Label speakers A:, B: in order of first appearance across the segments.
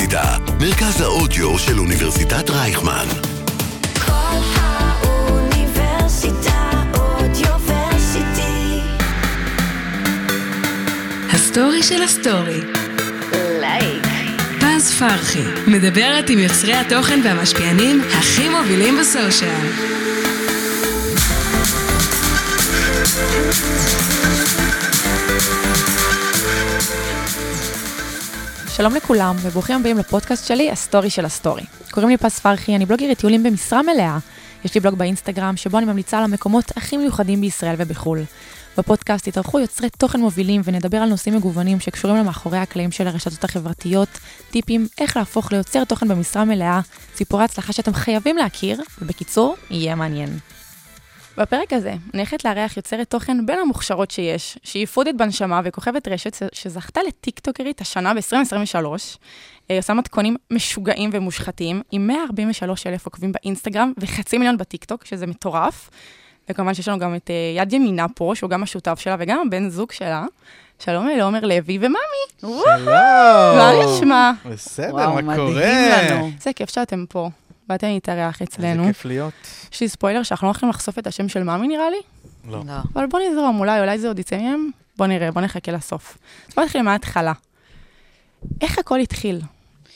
A: הידע, מרכז האודיו של אוניברסיטת רייכמן.
B: כל האוניברסיטה אודיוורסיטי.
C: הסטורי של הסטורי.
B: לייק.
C: פז פרחי מדברת עם יוצרי התוכן והמשפיענים הכי מובילים בסושיאל.
D: שלום לכולם, וברוכים הבאים לפודקאסט שלי, הסטורי של הסטורי. קוראים לי פס פרחי, אני בלוגרית טיולים במשרה מלאה. יש לי בלוג באינסטגרם, שבו אני ממליצה על המקומות הכי מיוחדים בישראל ובחו"ל. בפודקאסט יתארחו יוצרי תוכן מובילים ונדבר על נושאים מגוונים שקשורים למאחורי הקלעים של הרשתות החברתיות, טיפים איך להפוך ליוצר תוכן במשרה מלאה, סיפורי הצלחה שאתם חייבים להכיר, ובקיצור, יהיה מעניין. בפרק הזה אני הולכת לארח יוצרת תוכן בין המוכשרות שיש, שהיא פודית בנשמה וכוכבת רשת ש- שזכתה לטיקטוקרית השנה ב-2023. היא עושה מתכונים משוגעים ומושחתים, עם 143 אלף עוקבים באינסטגרם וחצי מיליון בטיקטוק, שזה מטורף. וכמובן שיש לנו גם את אה, יד ימינה פה, שהוא גם השותף שלה וגם הבן זוג שלה. שלום אה, לעומר לוי ומאמי. וואו, מה נשמע?
E: בסדר,
F: וואו,
E: מה
F: מדהים
E: קורה?
F: לנו.
D: איזה כיף שאתם פה. באתם להתארח אצלנו.
E: כן. איזה כיף להיות.
D: יש לי ספוילר שאנחנו לא הולכים לחשוף את השם של מאמי נראה לי.
E: לא.
F: לא.
D: אבל בוא נזרום, אולי, אולי זה עוד יצא מהם? בוא נראה, בוא נחכה לסוף. אז בוא נתחיל מההתחלה. איך הכל התחיל?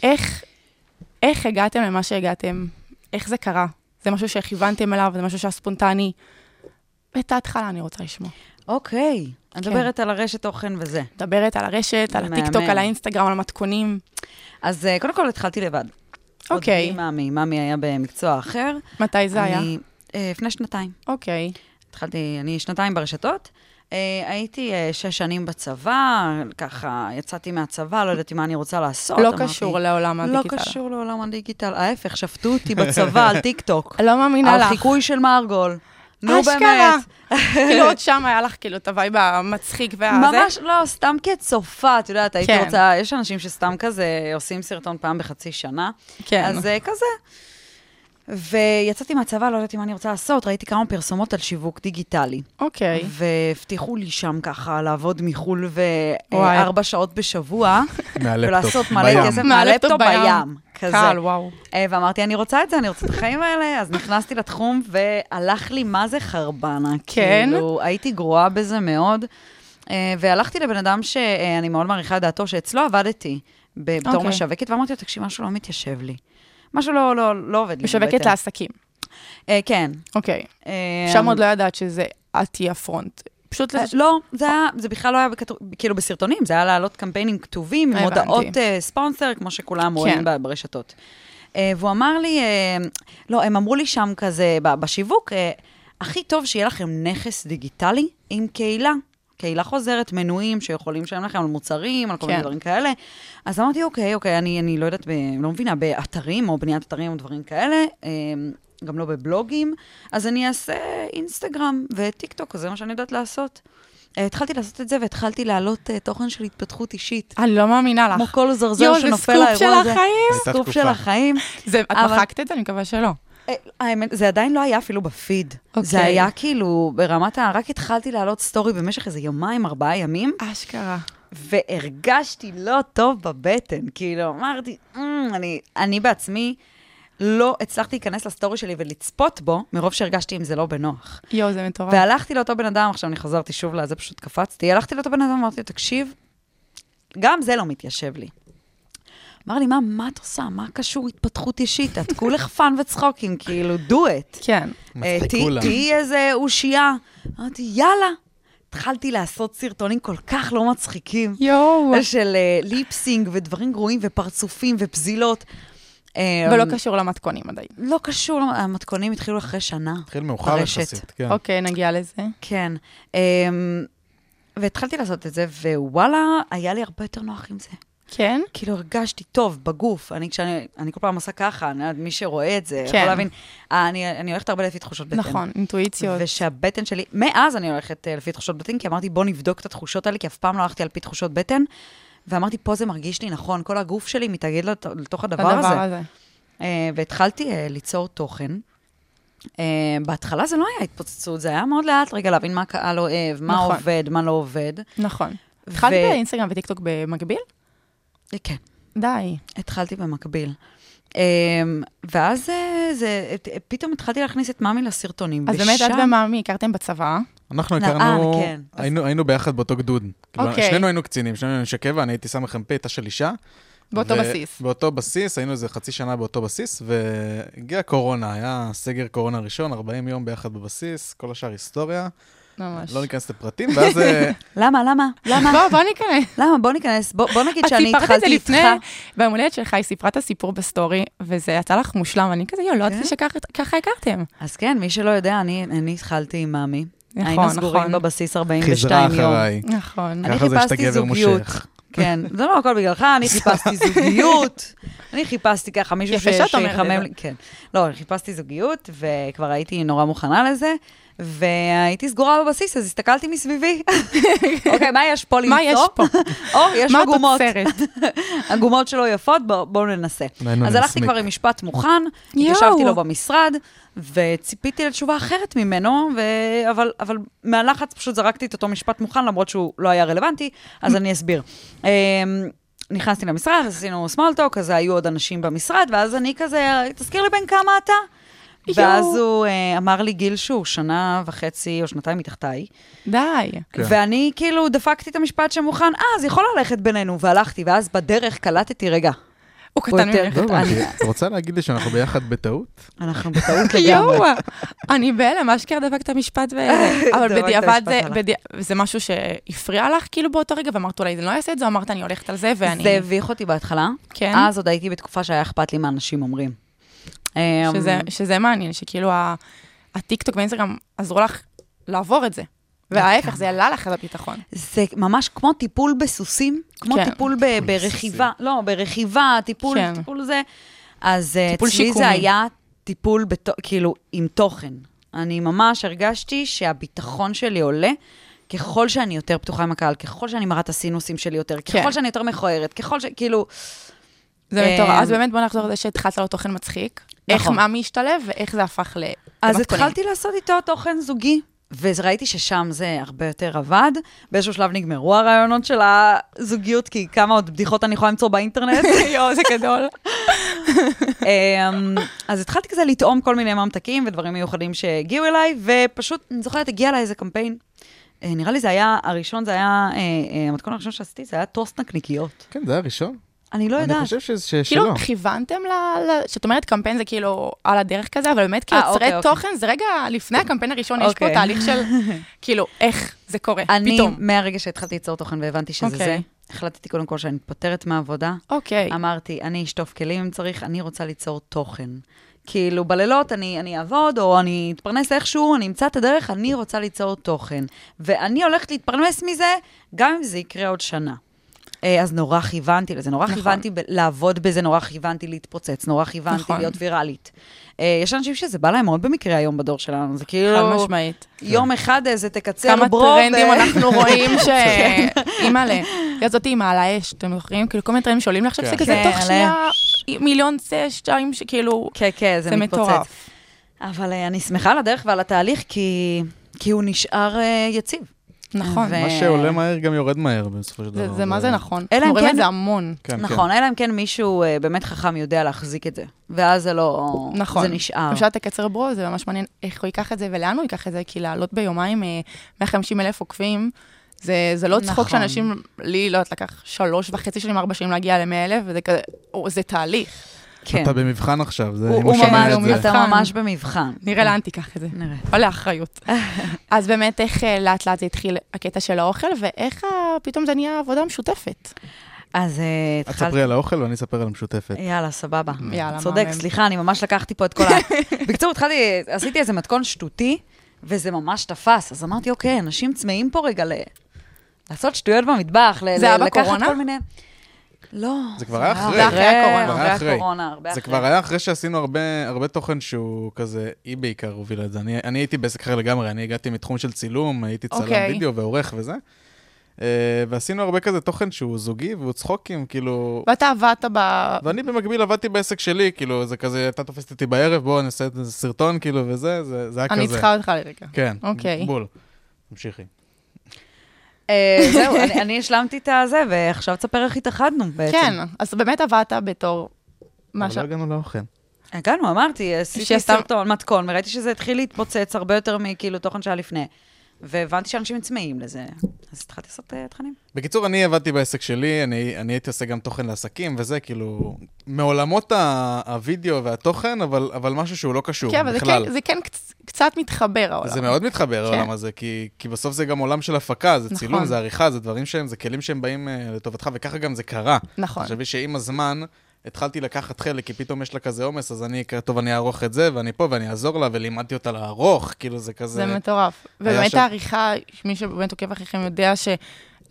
D: איך, איך הגעתם למה שהגעתם? איך זה קרה? זה משהו שכיוונתם אליו? זה משהו שהיה ספונטני? את ההתחלה אני רוצה לשמוע.
F: אוקיי, את
C: כן.
F: מדברת על הרשת תוכן וזה.
D: מדברת על הרשת, על
F: מהמם.
D: הטיקטוק, על האינסטגרם, על המתכונים.
F: אז אה, קודם כל התחלתי לבד. עוד
D: אוקיי.
F: בלי מאמי, מאמי היה במקצוע אחר.
D: מתי זה היה?
F: אני, אה, לפני שנתיים.
D: אוקיי.
F: התחלתי, אני שנתיים ברשתות. אה, הייתי אה, שש שנים בצבא, ככה יצאתי מהצבא, לא ידעתי מה אני רוצה לעשות.
D: לא
F: אמרתי,
D: קשור לעולם
F: לא
D: הדיגיטל.
F: קשור לעולם הדיגיטל, ההפך, שפטו אותי בצבא על טיקטוק.
D: לא מאמינה
F: על
D: לך.
F: חיקוי של מרגול. נו
D: אשכרה.
F: באמת.
D: כאילו עוד שם היה לך כאילו את הווייב המצחיק והזה.
F: ממש לא, סתם כצופה, את יודעת, הייתי
D: כן.
F: רוצה, יש אנשים שסתם כזה עושים סרטון פעם בחצי שנה,
D: כן.
F: אז אה, כזה. ויצאתי מהצבא, לא ידעתי מה אני רוצה לעשות, ראיתי כמה פרסומות על שיווק דיגיטלי.
D: אוקיי.
F: והבטיחו לי שם ככה לעבוד מחול
D: וואי.
F: וארבע שעות בשבוע,
E: מהלפטופ,
F: ולעשות
E: בים.
F: מלא כסף
D: מהלפטופ
F: מהלפטופ
D: בים.
F: בים, כזה.
D: קל, וואו.
F: אה, ואמרתי, אני רוצה את זה, אני רוצה את החיים האלה. אז נכנסתי לתחום, והלך לי מה זה חרבנה.
D: כן?
F: כאילו, הייתי גרועה בזה מאוד. אה, והלכתי לבן אדם שאני מאוד מעריכה את דעתו, שאצלו עבדתי ב- בתור
D: אוקיי.
F: משווקת, ואמרתי לו, תקשיב, משהו לא מתיישב לי. משהו לא, לא, לא עובד לי.
D: משווקת
F: בבטן."
D: לעסקים.
F: אה, כן.
D: אוקיי.
F: אה,
D: שם עוד לא ידעת שזה את תהיי הפרונט. פשוט
F: אה,
D: לזה...
F: לא, זה, היה, זה בכלל לא היה בכתוב, כאילו בסרטונים, זה היה להעלות קמפיינים כתובים עם
D: הבנתי.
F: הודעות אה, ספונסר, כמו שכולם
D: כן.
F: רואים ב- ברשתות. אה, והוא אמר לי, אה, לא, הם אמרו לי שם כזה, ב- בשיווק, אה, הכי טוב שיהיה לכם נכס דיגיטלי עם קהילה. קהילה חוזרת, מנויים שיכולים לשלם לכם על מוצרים, על כל מיני
D: כן.
F: דברים כאלה. אז אמרתי, אוקיי, אוקיי, אני, אני לא יודעת, ב, לא מבינה, באתרים או בניית אתרים או דברים כאלה, אה, גם לא בבלוגים, אז אני אעשה אינסטגרם וטיק טוק, זה מה שאני יודעת לעשות. אה, התחלתי לעשות את זה והתחלתי להעלות אה, תוכן של התפתחות אישית.
D: אני לא מאמינה
F: כמו
D: לך.
F: כל זרזר
D: יואו, זה
F: שנופל
D: סקופ
F: לאירוע הזה.
D: של החיים?
E: הייתה
F: סקופ
E: תקופה.
F: של החיים.
D: זה- את
F: אבל-
D: מחקת את זה? אני מקווה שלא.
F: אה, האמת, זה עדיין לא היה אפילו בפיד.
D: אוקיי.
F: זה היה כאילו ברמת ה... רק התחלתי להעלות סטורי במשך איזה יומיים, ארבעה ימים,
D: אשכרה.
F: והרגשתי לא טוב בבטן. כאילו, אמרתי, "אמ, אני, אני בעצמי לא הצלחתי להיכנס לסטורי שלי ולצפות בו, מרוב שהרגשתי עם זה לא בנוח.
D: יואו, זה מטורף.
F: והלכתי לאותו בן אדם, עכשיו אני חזרתי שוב לזה, פשוט קפצתי, הלכתי לאותו בן אדם, אמרתי לו, תקשיב, גם זה לא מתיישב לי. אמר לי, מה, מה את עושה? מה קשור התפתחות אישית? את כולך פאן וצחוקים, כאילו, do it.
D: כן.
F: אה,
E: מצחיק
F: ת-
E: כולם.
F: תהיי איזה אושייה. אמרתי, יאללה. התחלתי לעשות סרטונים כל כך לא מצחיקים.
D: יואו.
F: של אה, ליפסינג ודברים גרועים ופרצופים ופזילות. אה,
D: ולא קשור למתכונים עדיין.
E: כן.
F: לא קשור, לא- המתכונים התחילו אחרי שנה.
E: התחיל מאוחר
F: ברשת.
E: יחסית, כן.
D: אוקיי, נגיע לזה.
F: כן. אמ, והתחלתי לעשות את זה, ווואלה, היה לי הרבה יותר נוח עם זה.
D: כן?
F: כאילו, הרגשתי טוב בגוף. אני, כשאני, אני כל פעם עושה ככה, אני, מי שרואה את זה,
D: כן.
F: יכול להבין. אה, אני, אני הולכת הרבה לפי תחושות בטן.
D: נכון, אינטואיציות.
F: ושהבטן שלי, מאז אני הולכת אה, לפי תחושות בטן, כי אמרתי, בוא נבדוק את התחושות האלה, כי אף פעם לא הלכתי על פי תחושות בטן. ואמרתי, פה זה מרגיש לי נכון, כל הגוף שלי מתאגד לת- לתוך הדבר הזה.
D: הדבר הזה.
F: אה, והתחלתי אה, ליצור תוכן. אה, בהתחלה זה לא היה התפוצצות, זה היה מאוד לאט רגע להבין מה הקהל אוהב, מה
D: נכון.
F: עובד, מה לא עובד.
D: נכון. התחלת
F: ו-
D: באינסטגרם וטיקטוק במקביל?
F: אה, כן.
D: די.
F: התחלתי במקביל. אמ, ואז אה, זה, אה, פתאום התחלתי להכניס את מאמי לסרטונים.
D: אז באמת, את
F: ושם-
D: ומאמי הכרתם בצבא.
E: אנחנו
F: נא-
E: הכרנו,
F: אה, כן. אז-
E: היינו- היינו ביחד באותו גדוד. כאילו,
D: אוקיי.
E: שנינו היינו קצינים, שנינו היינו אנשי קבע, אני הייתי סמ"ך מ"פ, הייתה של אישה.
D: באותו
E: ו-
D: בסיס.
E: באותו בסיס, היינו איזה חצי שנה באותו בסיס, והגיעה קורונה, היה סגר קורונה ראשון, 40 יום ביחד בבסיס, כל השאר היסטוריה.
D: ממש. לא,
E: לא ניכנס לפרטים, ואז אה,
F: למה, למה? למה?
D: בוא, בוא ניכנס.
F: למה? בוא ניכנס, בוא בוא נגיד
D: את
F: שאני
D: סיפרת את זה
F: התחלתי איתך.
D: לפני, ביום הולדת שלך, היא סיפרה את הסיפור בסטורי, וזה יצא לך מושלם, אני כזה, יואו, לא
F: כן?
D: ידעתי שככה הכרתם.
F: אז כן, מי שלא יודע, אני אני התחלתי עם מאמי.
D: נכון,
F: היינו סגורים
D: נכון.
F: בבסיס
E: חזרה
F: 42 יום.
E: אחריי.
D: נכון.
F: אני
E: ככה זה
F: חיפשתי
E: שאתה גבר
F: זוגיות.
E: מושך.
F: כן, זה לא הכל בגללך, אני חיפשתי זוגיות. אני חיפשתי ככה מישהו ש-
D: יפה שאת אומרת את
F: שיחמם
D: זה.
F: לי. כן. לא, אני חיפשתי זוגיות, וכבר הייתי נורא מוכנה לזה, והייתי סגורה בבסיס, אז הסתכלתי מסביבי. אוקיי, מה יש פה למצוא?
D: מה יש פה?
F: או, יש
D: מה
F: עגומות.
D: התוצרת?
F: הגומות שלו יפות, בוא- בואו ננסה.
E: מעניין,
F: אז הלכתי
E: נסמיק.
F: כבר עם משפט מוכן,
D: יואו.
F: התיישבתי לו במשרד, וציפיתי לתשובה אחרת ממנו, ו- אבל, אבל מהלחץ פשוט זרקתי את אותו משפט מוכן, למרות שהוא לא היה רלוונטי, אז אני אסביר. אמ, נכנסתי למשרד, עשינו small talk, אז היו עוד אנשים במשרד, ואז אני כזה, תזכיר לי בן כמה אתה? ואז
D: יואו.
F: הוא אה, אמר לי גיל שהוא שנה וחצי או שנתיים מתחתיי.
D: די.
E: כן.
F: ואני כאילו דפקתי את המשפט שמוכן, אה, אז יכול ללכת בינינו, והלכתי, ואז בדרך קלטתי, רגע,
D: הוא
F: הוא
D: קטן
F: יותר
D: ממך.
E: לא
F: קטן.
E: הבנתי, את רוצה להגיד לי שאנחנו ביחד בטעות?
F: אנחנו בטעות לגמרי.
D: יואו, אני בהלם, אשכרה דפק את המשפט ו... אבל
F: דפק את
D: בדיעבד
F: המשפט
D: זה,
F: הלך.
D: בדיע- זה משהו שהפריע לך כאילו באותו רגע, ואמרת אולי זה לא יעשה את זה, אמרת אני הולכת על זה ואני...
F: זה הביך אותי בהתחלה.
D: כן.
F: אז עוד הייתי בתקופה שהיה אכפת לי מה אנשים אומרים. אמ,
D: שזה, שזה מעניין, שכאילו ה- הטיקטוק ואינסטגרם עזרו לך לעבור את זה.
F: נכון.
D: וההפך, זה עלה לך על הביטחון.
F: זה ממש כמו טיפול בסוסים, כמו
D: כן.
F: טיפול ב- ברכיבה, לא, ברכיבה, טיפול,
D: כן.
F: טיפול זה. אז אה,
D: טיפול
F: אצלי
D: שיקומי.
F: זה היה טיפול, בתו- כאילו, עם תוכן. אני ממש הרגשתי שהביטחון שלי עולה. ככל שאני יותר פתוחה עם הקהל, ככל שאני מראה את הסינוסים שלי יותר,
D: כן.
F: ככל שאני יותר מכוערת, ככל ש... כאילו,
D: זה מטורף.
F: אה,
D: אז באמת בוא נחזור לזה שהתחלת לעלות תוכן מצחיק. איך
F: נכון.
D: מאמי השתלב ואיך זה הפך ל...
F: אז
D: למתכונים.
F: התחלתי לעשות איתו תוכן זוגי, וראיתי ששם זה הרבה יותר עבד. באיזשהו שלב נגמרו הרעיונות של הזוגיות, כי כמה עוד בדיחות אני יכולה למצוא באינטרנט.
D: יואו, זה גדול.
F: אמ, אז התחלתי כזה לטעום כל מיני ממתקים ודברים מיוחדים שהגיעו אליי, ופשוט, אני זוכרת, הגיע אליי איזה קמפיין. אה, נראה לי זה היה, הראשון זה היה, אה, אה, המתכון הראשון שעשיתי, זה היה טוסט נקניקיות.
E: כן, זה היה ראשון.
F: אני לא
E: אני
F: יודעת.
E: חושב שזה- ש- שלא.
D: כאילו, כיוונתם ל... ל- שאת אומרת קמפיין זה כאילו על הדרך כזה, אבל באמת
F: אה, אוקיי,
D: כיוצרי
F: אוקיי.
D: תוכן זה רגע לפני הקמפיין הראשון, יש פה
F: אוקיי.
D: תהליך של כאילו, איך זה קורה,
F: אני,
D: פתאום.
F: מהרגע שהתחלתי ליצור תוכן והבנתי שזה
D: אוקיי.
F: זה, החלטתי קודם כל שאני מתפטרת מהעבודה,
D: אוקיי,
F: אמרתי, אני אשטוף כלים אם צריך, אני רוצה ליצור תוכן. כאילו, בלילות אני, אני אעבוד, או אני אתפרנס איכשהו, אני אמצא את הדרך, אני רוצה ליצור תוכן. ואני הולכת להתפרנס מזה, גם אם זה יקרה עוד שנה. אה, אז נורא כיוונתי לזה, נורא
D: נכון.
F: כיוונתי ב- לעבוד בזה, נורא כיוונתי להתפוצץ, נורא כיוונתי
D: נכון.
F: להיות ויראלית. אה, יש אנשים שזה בא להם מאוד במקרה היום בדור שלנו, זה כאילו...
D: חד משמעית.
F: יום אחד איזה תקצר
D: כמה
F: ברו, ו-
D: טרנדים אנחנו רואים ש... אימא'לה, יא זאתי עם העל האש, אתם זוכרים? כאילו כל מיני טרנדים שעולים לי עכשיו, זה
E: כן.
D: כזה
F: כן,
D: תוך
F: על
D: שנייה מיליון זה, שתיים, כאילו, שכאילו...
F: כן, כן, זה,
D: זה
F: מתפוצץ.
D: מטורף.
F: אבל אה, אני שמחה על הדרך ועל התהליך, כי, כי הוא נשאר אה, יציב.
D: נכון.
F: ו-
E: מה שעולה מהר גם יורד מהר בסופו של
D: זה-
E: דבר.
D: זה מה זה נכון.
F: אלא
D: אנחנו
F: אם
D: רואים
F: כן-
D: את זה המון.
E: כן, כן.
F: נכון, אלא אם כן מישהו אה, באמת חכם יודע להחזיק את זה. ואז זה לא...
D: נכון.
F: זה נשאר.
D: למשל את הקצר ברו, זה ממש מעניין איך הוא ייקח את זה ולאן הוא ייקח את זה, כי לעלות ביומיים אה, 150 אלף עוקבים, זה, זה לא צחוק
F: נכון.
D: שאנשים, לי, לא יודעת, לקח שלוש וחצי שנים, ארבע שנים להגיע ל-100 אלף, וזה כזה, או, זה תהליך.
F: כן.
E: אתה במבחן עכשיו, זה
F: הוא,
E: אמא
F: הוא
E: שומעת
F: ממש,
E: את זה.
F: אתה
D: מבחן.
F: ממש במבחן.
D: נראה לאן תיקח את זה.
F: נראה.
D: או לאחריות. אז באמת, איך אה, לאט לאט זה התחיל הקטע של האוכל, ואיך ה- פתאום זה נהיה עבודה משותפת.
F: אז אה,
E: את
F: התחלתי...
E: ספרי על האוכל ואני אספר על המשותפת.
F: יאללה, סבבה.
D: יאללה,
F: צודק,
D: מהמם.
F: סליחה, אני ממש לקחתי פה את כל ה... בקיצור, התחלתי, עשיתי איזה מתכון שטותי, וזה ממש תפס. אז אמרתי, אוקיי, אנשים צמאים פה רגע ל... לעשות שטויות במטבח, ל-
D: זה היה
F: ל- לקחת
D: בקורונה?
F: כל מיני... לא.
E: זה כבר היה אחרי.
D: זה אחרי הקורונה.
E: כבר
F: הרבה
E: היה
F: אחרי הקורונה, הרבה
E: זה
F: אחרי.
E: כבר היה אחרי שעשינו הרבה, הרבה תוכן שהוא כזה, היא בעיקר הובילה את זה. אני, אני הייתי בעסק אחר לגמרי, אני הגעתי מתחום של צילום, הייתי צלם
D: אוקיי.
E: וידאו ועורך וזה. Uh, ועשינו הרבה כזה תוכן שהוא זוגי והוא צחוקים, כאילו...
D: ואתה עבדת ב...
E: ואני במקביל עבדתי בעסק שלי, כאילו, זה כזה, אתה תופסת אותי בערב, בוא נעשה איזה סרטון, כאילו, וזה, זה, זה היה כזה.
D: אוקיי. אני צריכה אותך לרגע.
E: כן.
D: אוקיי.
E: בול. תמשיכי.
F: אה, זהו, אני- אני השלמתי את הזה, ועכשיו תספר איך התאחדנו בעצם.
D: כן, אז באמת עבדת בתור... מה
E: אבל
D: ש-
E: לא הגענו לאוכל.
F: הגענו, אמרתי, עשיתי
D: שעשתה-
F: סרטון, מתכון, וראיתי שזה התחיל להתפוצץ הרבה יותר מכאילו תוכן שהיה לפני. והבנתי שאנשים צמאים לזה, אז התחלתי לעשות אה, תכנים.
E: בקיצור, אני עבדתי בעסק שלי, אני, אני הייתי עושה גם תוכן לעסקים וזה, כאילו, מעולמות ה- הוידאו והתוכן, אבל, אבל משהו שהוא לא קשור
D: כן, אבל זה
E: בכלל.
D: כן- זה כן קצ- קצת מתחבר העולם.
E: זה מאוד מתחבר,
D: כן.
E: העולם הזה, כי, כי בסוף זה גם עולם של הפקה, זה
D: נכון.
E: צילום, זה עריכה, זה דברים שהם, זה כלים שהם באים אה, לטובתך, וככה גם זה קרה.
D: נכון.
E: תחשבי שעם הזמן התחלתי לקחת חלק, כי פתאום יש לה כזה עומס, אז אני, אקרא, טוב, אני אערוך את זה, ואני פה, ואני אעזור לה, ולימדתי אותה לערוך, כאילו, זה כזה...
D: זה מטורף. ובאמת
E: שם-
D: העריכה, מי שבאמת עוקב אחריכם יודע ש...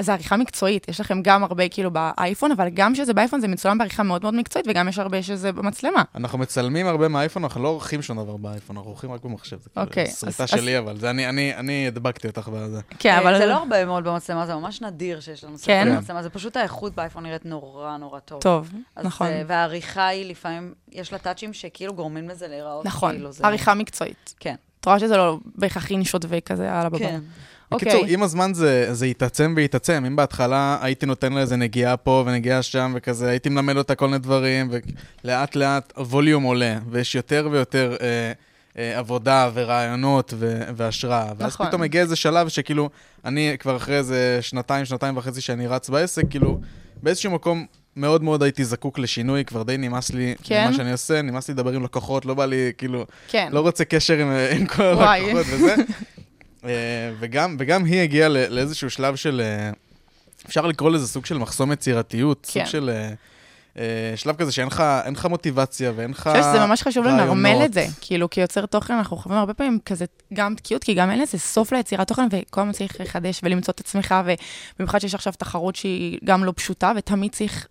D: זה עריכה מקצועית, יש לכם גם הרבה כאילו באייפון, אבל גם שזה באייפון זה מצולם בעריכה מאוד מאוד מקצועית, וגם יש הרבה שזה במצלמה.
E: אנחנו מצלמים הרבה מהאייפון, אנחנו לא עורכים שום דבר באייפון, אנחנו עורכים רק במחשב. זה כאילו
D: אוקיי,
E: שריטה
D: אז-
E: שלי, אבל זה אני, אני, אני הדבקתי אותך בזה.
D: כן, אבל...
F: זה לא הרבה מאוד במצלמה, זה ממש נדיר שיש לנו סרטון
D: כן.
F: במצלמה, זה פשוט האיכות באייפון נראית נורא נורא טוב.
D: טוב,
F: אז,
D: נכון.
F: אה, והעריכה היא לפעמים, יש לה טאצ'ים שכאילו גורמים לזה להיראות.
D: נכון,
F: כאילו זה-
D: עריכה מקצועית.
F: כן.
D: את רואה שזה לא בהכרח אינשוט וכזה על הבמה.
F: כן.
E: בקיצור,
D: אוקיי,
E: עם הזמן זה, זה יתעצם ויתעצם. אם בהתחלה הייתי נותן לה איזה נגיעה פה ונגיעה שם וכזה, הייתי מלמד אותה כל מיני דברים, ולאט לאט הווליום עולה, ויש יותר ויותר אה, אה, עבודה ורעיונות ו- והשראה. ואז
D: נכון.
E: פתאום הגיע איזה שלב שכאילו, אני כבר אחרי איזה שנתיים, שנתיים וחצי שאני רץ בעסק, כאילו, באיזשהו מקום... מאוד מאוד הייתי זקוק לשינוי, כבר די נמאס לי
D: כן?
E: ממה שאני עושה, נמאס לי לדבר עם לקוחות, לא בא לי, כאילו,
D: כן.
E: לא רוצה קשר עם, עם כל
D: וואי.
E: הלקוחות וזה. אה, וגם, וגם היא הגיעה ל- לאיזשהו שלב של, אה, אפשר לקרוא לזה סוג של מחסום יצירתיות, סוג
D: כן.
E: של אה, אה, שלב כזה שאין לך, אין לך מוטיבציה ואין לך
D: אני חושבת שזה ממש חשוב לנרמל
E: רעיונות.
D: את זה. כאילו, כיוצר תוכן, אנחנו חווים הרבה פעמים כזה גם תקיעות, כי גם אין לזה סוף ליצירת תוכן, וכל הזמן צריך לחדש ולמצוא את עצמך, ובמיוחד שיש עכשיו תחרות שהיא גם לא פשוטה, ותמיד צריך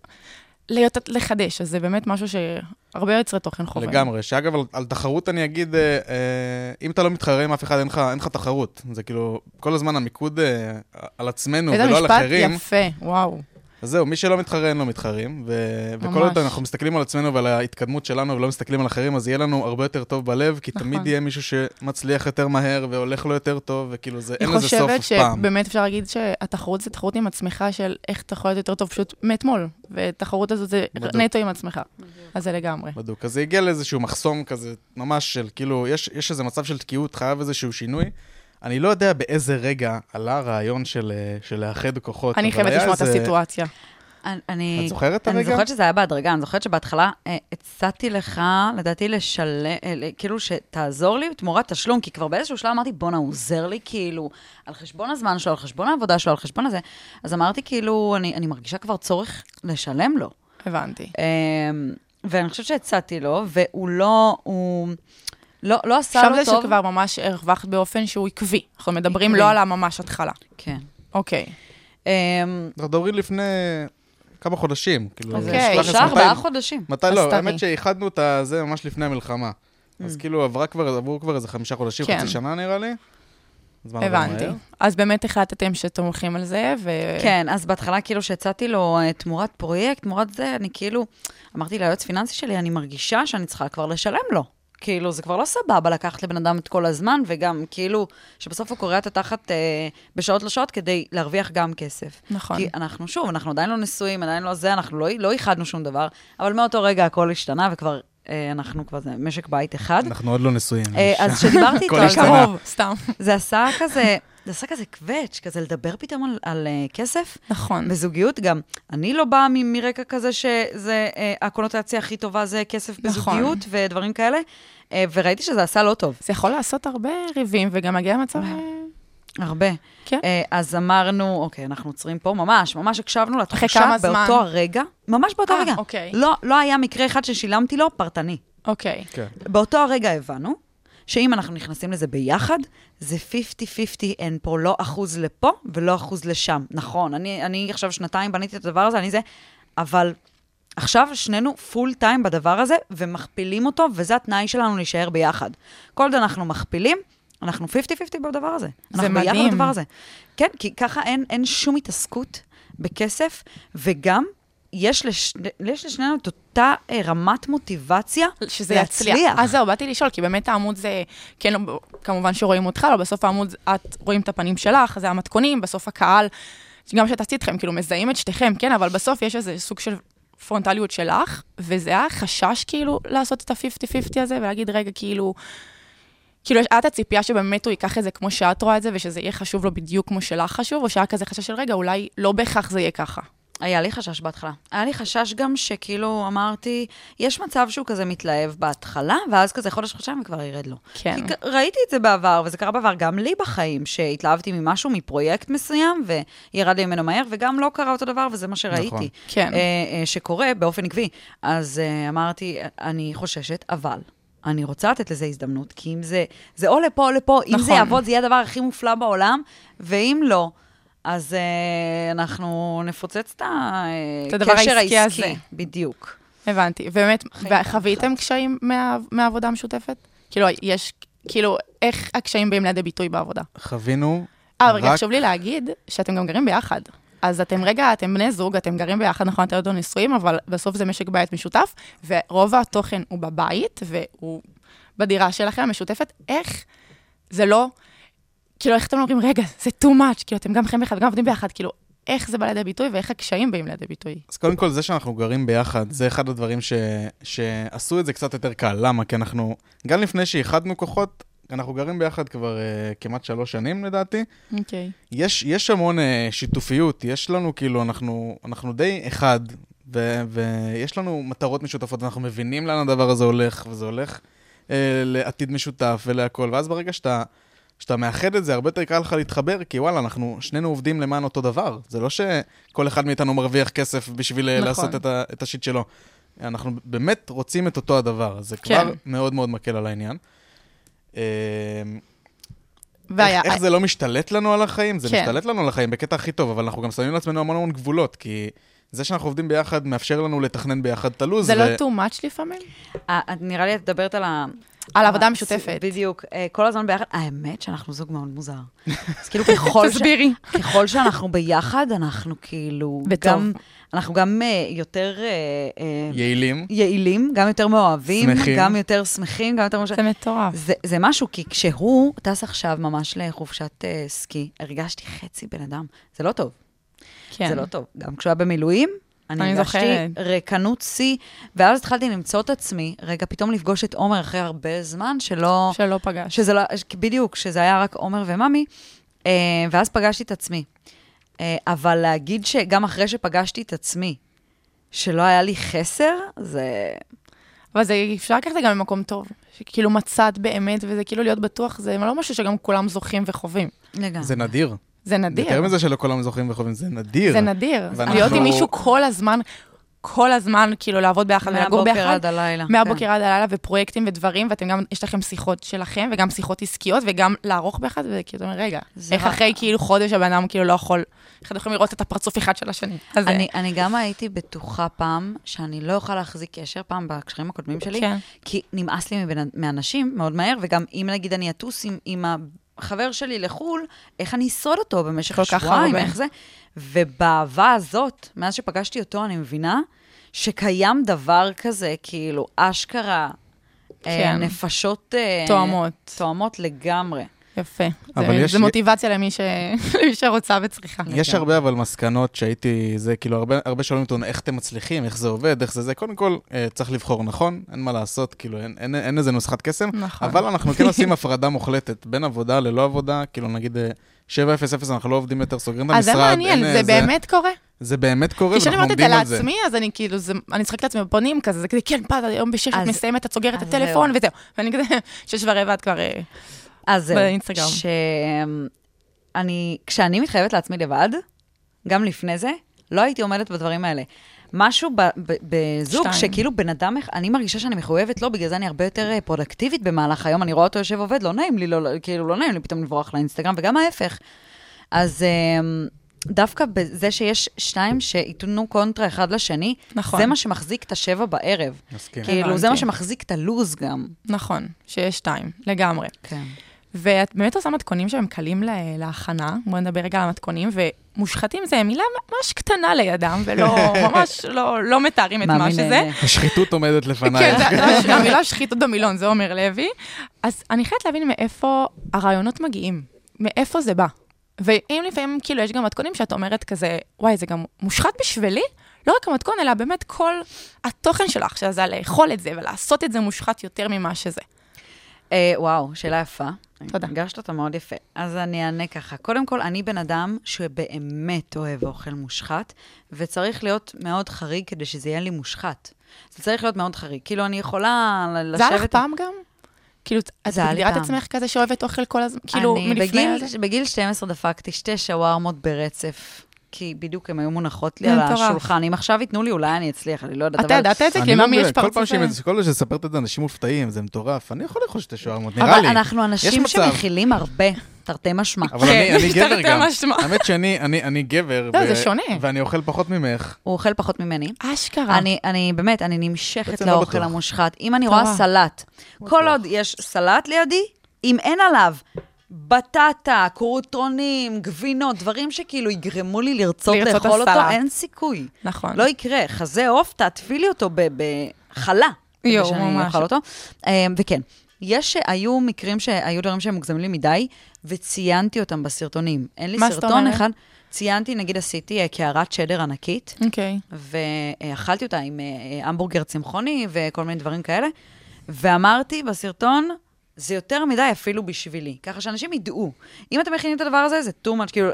D: להיות, לחדש. אז זה באמת משהו שהרבה יוצרי תוכן חווים.
E: לגמרי, שאגב, על, על תחרות אני אגיד, אה, אה, אם אתה לא מתחרה עם אף אחד, אין לך, אין לך תחרות. זה כאילו, כל הזמן המיקוד אה, על עצמנו
D: איזה
E: ולא על
D: משפט
E: אחרים.
D: יפה, וואו.
E: אז זהו, מי שלא מתחרה אין לו מתחרים, ו- וכל
D: ממש.
E: עוד אנחנו מסתכלים על עצמנו ועל ההתקדמות שלנו ולא מסתכלים על אחרים, אז יהיה לנו הרבה יותר טוב בלב, כי
D: נכון.
E: תמיד יהיה מישהו שמצליח יותר מהר והולך לו יותר טוב, וכאילו זה, אין
D: אני
E: לזה סוף
D: חושבת
E: אף פעם.
D: שבאמת אפשר להגיד שהתחרות זה תחרות עם עצמך של איך אתה יכול להיות יותר טוב פשוט מאתמול, והתחרות הזאת זה
E: בדיוק.
D: נטו עם עצמך. אז זה לגמרי.
E: בדיוק. אז זה הגיע לאיזשהו מחסום כזה, ממש של כאילו, יש, יש איזה מצב של תקיעות, חייב איזשהו שינוי. אני לא יודע באיזה רגע עלה הרעיון של, אה, של לאחד כוחות.
D: אני
E: אבל
D: חייבת
E: היה
D: לשמוע את
E: איזה-
D: הסיטואציה.
F: אני- אני...
E: את זוכרת את
F: אני
E: הרגע?
F: זוכרת שזה היה בהדרגה, אני זוכרת שבהתחלה אה, הצעתי לך, לדעתי, לשלם, אה, ל- כאילו שתעזור לי תמורת תשלום, כי כבר באיזשהו שלב אמרתי, בואנה, הוא עוזר לי, כאילו, על חשבון הזמן שלו, על חשבון העבודה שלו, על חשבון הזה. אז אמרתי, כאילו, אני, אני מרגישה כבר צורך לשלם לו.
D: הבנתי.
F: אמ, ואני חושבת שהצעתי לו, והוא לא, הוא לא, לא עשה לו
D: שם
F: טוב.
D: זה שכבר ממש הרווחת באופן שהוא עקבי. אנחנו מדברים
F: עקבי.
D: לא על הממש התחלה.
F: כן.
D: אוקיי.
F: אמ,
E: אנחנו מדברים לפני כמה חודשים, כאילו.
D: אוקיי.
E: יש
D: שלוש,
E: לך
F: שלושה,
E: איזה
F: ארבעה
E: מאתיים-
F: חודשים.
E: מתי לא?
D: הסתרי.
E: האמת שאיחדנו את זה ממש לפני המלחמה. אז כאילו עברה כבר, עברו כבר איזה חמישה חודשים,
D: Mm. כן.
E: חצי שנה נראה לי. הזמן עבר
D: הבנתי.
E: מהר.
D: אז באמת החלטתם שאתם הולכים על זה, ו...
F: כן, אז בהתחלה כאילו שהצעתי לו אה, תמורת פרויקט, תמורת זה, אני כאילו, אמרתי ליועץ פיננסי שלי, אני מרגישה שאני צריכה כבר לשלם לו. כאילו, זה כבר לא סבבה לקחת לבן אדם את כל הזמן, וגם כאילו, שבסוף הוא קורע את התחת אה, בשעות לא שעות כדי להרוויח גם כסף.
D: נכון.
F: כי אנחנו, שוב, אנחנו עדיין לא נשואים, עדיין לא זה, אנחנו לא, לא איחדנו שום דבר, אבל מאותו רגע הכל השתנה, וכבר אה, אנחנו כבר, זה משק בית אחד.
E: אנחנו עוד לא נשואים.
F: אה, אז כשדיברתי איתו
E: הכל
F: על
E: השתנה.
F: קרוב,
D: קרוב, סתם.
F: זה עשה כזה, זה עשה כזה קווץ', כזה לדבר פתאום על, על אה, כסף.
D: נכון.
F: בזוגיות גם. אני לא באה מ- מרקע כזה שזה, אה, הקונוטציה הכי טובה זה כסף
D: נכון.
F: בזוגיות ודברים כאלה, אה, וראיתי שזה עשה לא טוב,
D: זה יכול לעשות הרבה ריבים, וגם מגיע למצב... אה,
F: הרבה.
D: כן.
F: אה, אז אמרנו, אוקיי, אנחנו עוצרים פה, ממש, ממש הקשבנו
D: כמה
F: לתחושה
D: זמן?
F: באותו הרגע, ממש באותו
D: אה,
F: הרגע.
D: אוקיי.
F: לא, לא היה מקרה אחד ששילמתי לו פרטני.
D: אוקיי.
E: כן.
F: באותו הרגע הבנו שאם אנחנו נכנסים לזה ביחד, זה 50-50, אין פה לא אחוז לפה ולא אחוז לשם. נכון, אני, אני עכשיו שנתיים בניתי את הדבר הזה, אני זה, אבל עכשיו שנינו פול טיים בדבר הזה, ומכפילים אותו, וזה התנאי שלנו להישאר ביחד. כל עוד אנחנו מכפילים, אנחנו 50-50 בדבר הזה. אנחנו ביחד
D: מדהים.
F: בדבר הזה. כן, כי ככה אין, אין שום התעסקות בכסף, וגם יש, לשני, יש לשנינו את אותה אה, רמת מוטיבציה
D: שזה יצליח. אז זהו, באתי לשאול, כי באמת העמוד זה, כן, לא- כמובן שרואים אותך, אבל בסוף העמוד, זה- את רואים את הפנים שלך, זה המתכונים, בסוף הקהל, גם שטסתי איתכם, כאילו, מזהים את שתיכם, כן, אבל בסוף יש איזה סוג של פרונטליות שלך, וזה היה חשש, כאילו, לעשות את ה-50-50 הזה, ולהגיד, רגע, כאילו... כאילו, היה את הציפייה שבאמת הוא ייקח את זה כמו שאת רואה את זה, ושזה יהיה חשוב לו בדיוק כמו שלך חשוב, או שהיה כזה חשש של רגע, אולי לא בהכרח זה יהיה ככה.
F: היה לי חשש בהתחלה. היה לי חשש גם שכאילו אמרתי, יש מצב שהוא כזה מתלהב בהתחלה, ואז כזה חודש-חודשיים וכבר ירד לו.
D: כן.
F: כי כ- ראיתי את זה בעבר, וזה קרה בעבר גם לי בחיים, שהתלהבתי ממשהו, מפרויקט מסוים, וירד לי ממנו מהר, וגם לא קרה אותו דבר, וזה מה שראיתי.
E: נכון.
D: כן.
F: אה, אה, שקורה באופן עקבי. אז אה, אמרתי, אני חוששת, אבל... אני רוצה לתת לזה הזדמנות, כי אם זה, זה או לפה או לפה, נכון. אם זה
D: נכון.
F: יעבוד, זה יהיה הדבר הכי מופלא בעולם, ואם לא, אז אה, אנחנו נפוצץ את
D: את הדבר
F: הקשר
D: העסקי
F: העסקי.
D: הזה.
F: בדיוק.
D: הבנתי, ובאמת,
F: חיים פעם
D: וחוויתם קשיים מה- מהעבודה המשותפת? כאילו, יש, כאילו, איך הקשיים באים לידי ביטוי בעבודה?
E: חווינו
D: אה, רגע,
E: רק-
D: חשוב לי להגיד שאתם גם גרים ביחד. אז אתם רגע, אתם בני זוג, אתם גרים ביחד, נכון, אתם עוד לא נשואים, אבל בסוף זה משק בית משותף, ורוב התוכן הוא בבית, והוא בדירה שלכם המשותפת. איך זה לא, כאילו, איך אתם לא אומרים, רגע, זה too much, כאילו, אתם גם חיים ביחד, גם עובדים ביחד, כאילו, איך זה בא לידי ביטוי ואיך הקשיים באים לידי ביטוי?
E: אז קודם כל, זה שאנחנו גרים ביחד, זה אחד הדברים ש... שעשו את זה קצת יותר קל. למה? כי אנחנו, גם לפני שאיחדנו כוחות, אנחנו גרים ביחד כבר uh, כמעט שלוש שנים, לדעתי.
D: אוקיי.
E: יש, יש המון uh, שיתופיות, יש לנו כאילו, אנחנו, אנחנו די אחד, ו, ויש לנו מטרות משותפות, אנחנו מבינים לאן הדבר הזה הולך, וזה הולך uh, לעתיד משותף ולהכול. ואז ברגע שאתה... כשאתה מאחד את זה, הרבה יותר קל לך להתחבר, כי וואלה, אנחנו שנינו עובדים למען אותו דבר. זה לא שכל אחד מאיתנו מרוויח כסף בשביל נכון.
D: נכון.
E: לעשות את, ה, את השיט שלו. אנחנו באמת רוצים את אותו הדבר, אז זה
D: כן.
E: כבר מאוד מאוד מקל על העניין. אמ,
D: והיה,
E: איך, איך זה לא משתלט לנו על החיים? זה
D: כן.
E: משתלט לנו על החיים בקטע הכי טוב, אבל אנחנו גם שמים לעצמנו המון המון גבולות, כי זה שאנחנו עובדים ביחד מאפשר לנו לתכנן ביחד את הלו"ז.
D: זה
E: ו-
D: לא too much לפעמים?
F: אה, את- נראה לי את מדברת על ה...
D: על העבודה
F: ה-
D: המשותפת.
F: בדיוק. אה, כל הזמן ביחד. האמת שאנחנו זוג מאוד מוזר. אז כאילו ככל ש...
D: תסבירי.
F: ככל שאנחנו ביחד, אנחנו כאילו...
D: וטוב.
F: גם- אנחנו גם אה, יותר... אה, אה,
E: יעילים.
F: יעילים, גם יותר מאוהבים,
E: שמחים.
F: גם יותר שמחים, גם יותר...
D: זה מטורף.
F: זה, זה משהו, כי כשהוא טס עכשיו ממש לחופשת uh, סקי, הרגשתי חצי בן אדם. זה לא טוב,
D: כן.
F: זה לא טוב. גם כשהוא היה במילואים, אני,
D: אני
F: הרגשתי
D: זוכרת.
F: ריקנות שיא, ואז התחלתי למצוא את עצמי, רגע, פתאום לפגוש את עומר אחרי הרבה זמן, שלא...
D: שלא פגש.
F: שזה לא, בדיוק, שזה היה רק עומר וממי, אה, ואז פגשתי את עצמי. אה, אבל להגיד שגם אחרי שפגשתי את עצמי, שלא היה לי חסר, זה...
D: אבל זה, אפשר לקחת את זה גם למקום טוב. שכאילו מצאת באמת, וזה כאילו להיות בטוח, זה לא משהו שגם כולם זוכים וחווים.
F: לגמרי.
E: זה נדיר.
D: זה נדיר.
E: יותר מזה שלא כולם זוכרים וחווים, זה נדיר.
D: זה נדיר.
E: ואנחנו-
D: להיות עם מישהו כל הזמן, כל הזמן, כאילו לעבוד ביחד ולגור ביחד.
F: מהבוקר עד הלילה. כן.
D: מהבוקר עד הלילה, ופרויקטים ודברים, ואתם גם, יש לכם שיחות שלכם, וגם שיחות עסקיות, וגם לערוך ביחד, וכאילו, אתה אומר, רגע,
F: זה
D: איך
F: רק-
D: אחרי כאילו חודש הבן אדם כאילו לא יכול, איך אתם יכולים לראות את הפרצוף אחד של השני? אז
F: כן. אני, אני גם הייתי בטוחה פעם שאני לא אוכל להחזיק קשר פעם בקשרים הקודמים שלי,
D: כן.
F: כי נמאס לי מבין, מהאנשים מאוד מהר, וגם אם נגיד אני אטוס עם, עם החבר שלי לחו"ל, איך אני אשרוד אותו במשך
D: כל כך
F: השבועיים,
D: הרבה.
F: איך זה? ובאהבה הזאת, מאז שפגשתי אותו, אני מבינה שקיים דבר כזה, כאילו, אשכרה, אה,
D: כן.
F: נפשות... אה,
D: תואמות.
F: תואמות לגמרי.
D: יפה.
E: אבל
D: זה-
E: יש-
D: זה מוטיבציה למי ש- למי שרוצה וצריכה.
E: יש הרבה אבל מסקנות שהייתי, זה כאילו, הרבה, הרבה שואלים אותנו איך אתם מצליחים, איך זה עובד, איך זה זה. קודם כל, אה, צריך לבחור נכון, אין מה לעשות, כאילו, אין, אין, אין איזה נוסחת קסם.
D: נכון.
E: אבל אנחנו כן עושים הפרדה מוחלטת בין עבודה ללא עבודה, כאילו, נגיד... אה, 700, אנחנו לא עובדים יותר, סוגרים את המשרד.
D: אז זה מעניין,
E: אין,
D: זה
E: אה,
D: באמת קורה?
E: זה באמת קורה,
D: כי כשאני אומרת
E: ואנחנו
D: את זה
E: עומדים על זה.
D: לעצמי, אז אני כאילו, זה- אני צוחקת לעצמי בפנים כזה, זה כזה, כן, פעם, היום בשש את
F: אז-
D: מסיימת, את סוגרת את
F: אז
D: הטלפון וזהו. ואני כזה, שש ורבע את כבר... אה,
F: אז זהו,
D: באינסטגרם.
F: ש... אני, כשאני מתחייבת לעצמי לבד, גם לפני זה, לא הייתי עומדת בדברים האלה. משהו ב, ב, בזוג,
D: שתיים.
F: שכאילו בן אדם, אח- אני מרגישה שאני מחויבת לו, בגלל זה אני הרבה יותר אה, פרודקטיבית במהלך היום, אני רואה אותו יושב עובד, לא נעים לי, לא, לא- כאילו לא נעים לי פתאום לברוח לאינסטגרם, וגם ההפך. אז אמ, דווקא בזה שיש שניים שייתנו קונטרה אחד לשני,
D: נכון.
F: זה מה שמחזיק את השבע בערב.
E: מסכים.
F: כאילו, זה מה
D: הבנתי.
F: שמחזיק את הלוז גם.
D: נכון, שיש שתיים, לגמרי.
F: כן.
D: ואת באמת עושה מתכונים שהם קלים לה, להכנה, בואו נדבר רגע על המתכונים, ומושחתים זה מילה ממש קטנה לידם, ולא, ממש לא, לא מתארים את מה
F: מאמין,
D: שזה.
F: אה,
E: השחיתות עומדת
D: כן,
E: לפנייך.
D: זה- זה- המילה שחיתות במילון, זה עומר לוי. אז אני חייבת להבין מאיפה הרעיונות מגיעים, מאיפה זה בא. ואם לפעמים, כאילו, יש גם מתכונים שאת אומרת כזה, וואי, זה גם מושחת בשבילי? לא רק המתכון, אלא באמת כל התוכן שלך, שזה לאכול את זה ולעשות את זה מושחת יותר ממה שזה.
F: אה, וואו, שאלה יפה.
D: תודה.
F: הגשת אותה מאוד יפה. אז אני אענה ככה. קודם כל, אני בן אדם שבאמת אוהב אוכל מושחת, וצריך להיות מאוד חריג כדי שזה יהיה לי מושחת. זה צריך להיות מאוד חריג. כאילו, אני יכולה ל- לשבת...
D: זה היה לך פעם גם? כאילו, את
F: זה היה לי
D: מגדירה את
F: פעם.
D: עצמך כזה שאוהבת אוכל כל הזמן? כאילו,
F: אני
D: מלפני
F: בגיל,
D: הזה?
F: בגיל 12 דפקתי שתי שווארמות ברצף. כי בדיוק הן היו מונחות לי
D: זה
F: על
D: מטורף.
F: השולחן. אם עכשיו ייתנו לי, אולי אני אצליח, אני לא יודעת.
D: אתה
F: אבל-
D: ידעת את זה?
E: אני
D: כי
E: לא
D: למאמי יש
E: מבין, כל פעם
D: פרצוף...
E: שהיא- כל פעם שמספרת את זה, אנשים מופתעים, זה מטורף. אני יכול לאכול שתי שוערמות, נראה
F: אבל
E: לי.
F: אנחנו
E: יש
F: אנשים
E: מצב.
F: שמכילים הרבה, תרתי משמע.
E: אבל
D: כן,
E: אני, אני
D: זה
E: גבר
D: יותר
E: גם.
D: משמע.
E: האמת שאני אני, אני גבר.
D: לא, זה שונה.
E: ואני אוכל פחות ממך.
F: הוא אוכל פחות ממני.
D: אשכרה.
F: אני, אני באמת, אני נמשכת
E: בעצם לא
F: לאוכל
E: בטוח.
F: המושחת. אם אני
D: נורא.
F: רואה סלט, כל עוד יש סלט לידי, אם אין עליו בטטה, קרוטרונים, גבינות, דברים שכאילו יגרמו לי לרצות
D: לרצות
F: לאכול אותו,
D: הסלט.
F: אין סיכוי.
D: נכון.
F: לא יקרה. חזה עוף, תעטפי לי אותו ב- בחלה. כדי
D: יואו,
F: שאני
D: ממש.
F: אוכל אותו. אה, וכן, יש, היו מקרים שהיו דברים שהם מוגזמים לי מדי, וציינתי אותם בסרטונים. אין לי
D: מה זאת
F: סרטון
D: אומרת?
F: אחד. ציינתי, נגיד עשיתי אה, קערת שדר ענקית.
D: אוקיי.
F: ואכלתי אותה עם אה, המבורגר צמחוני וכל מיני דברים כאלה, ואמרתי בסרטון, זה יותר מדי אפילו בשבילי, ככה שאנשים ידעו. אם אתם מכינים את הדבר הזה, זה too much, כאילו...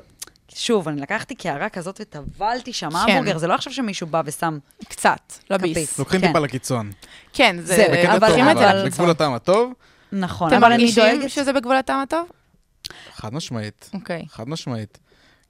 F: שוב, אני לקחתי קערה כזאת וטבלתי
D: כן.
F: שם המבורגר, זה לא עכשיו שמישהו בא ושם...
D: קצת, לא
F: כפית.
D: ביס.
E: לוקחים
F: כן.
E: טיפה לקיצון.
D: כן, זה...
F: זהו,
E: בקטע
F: אבל
E: טוב,
D: לוקחים את זה
E: אבל
D: לקיצון.
E: בגבול הטעם הטוב,
F: נכון,
D: אתם
F: אבל אני
D: מרגישים
F: דואגת...
D: שזה בגבול הטעם הטוב?
E: חד משמעית.
D: אוקיי.
E: חד משמעית.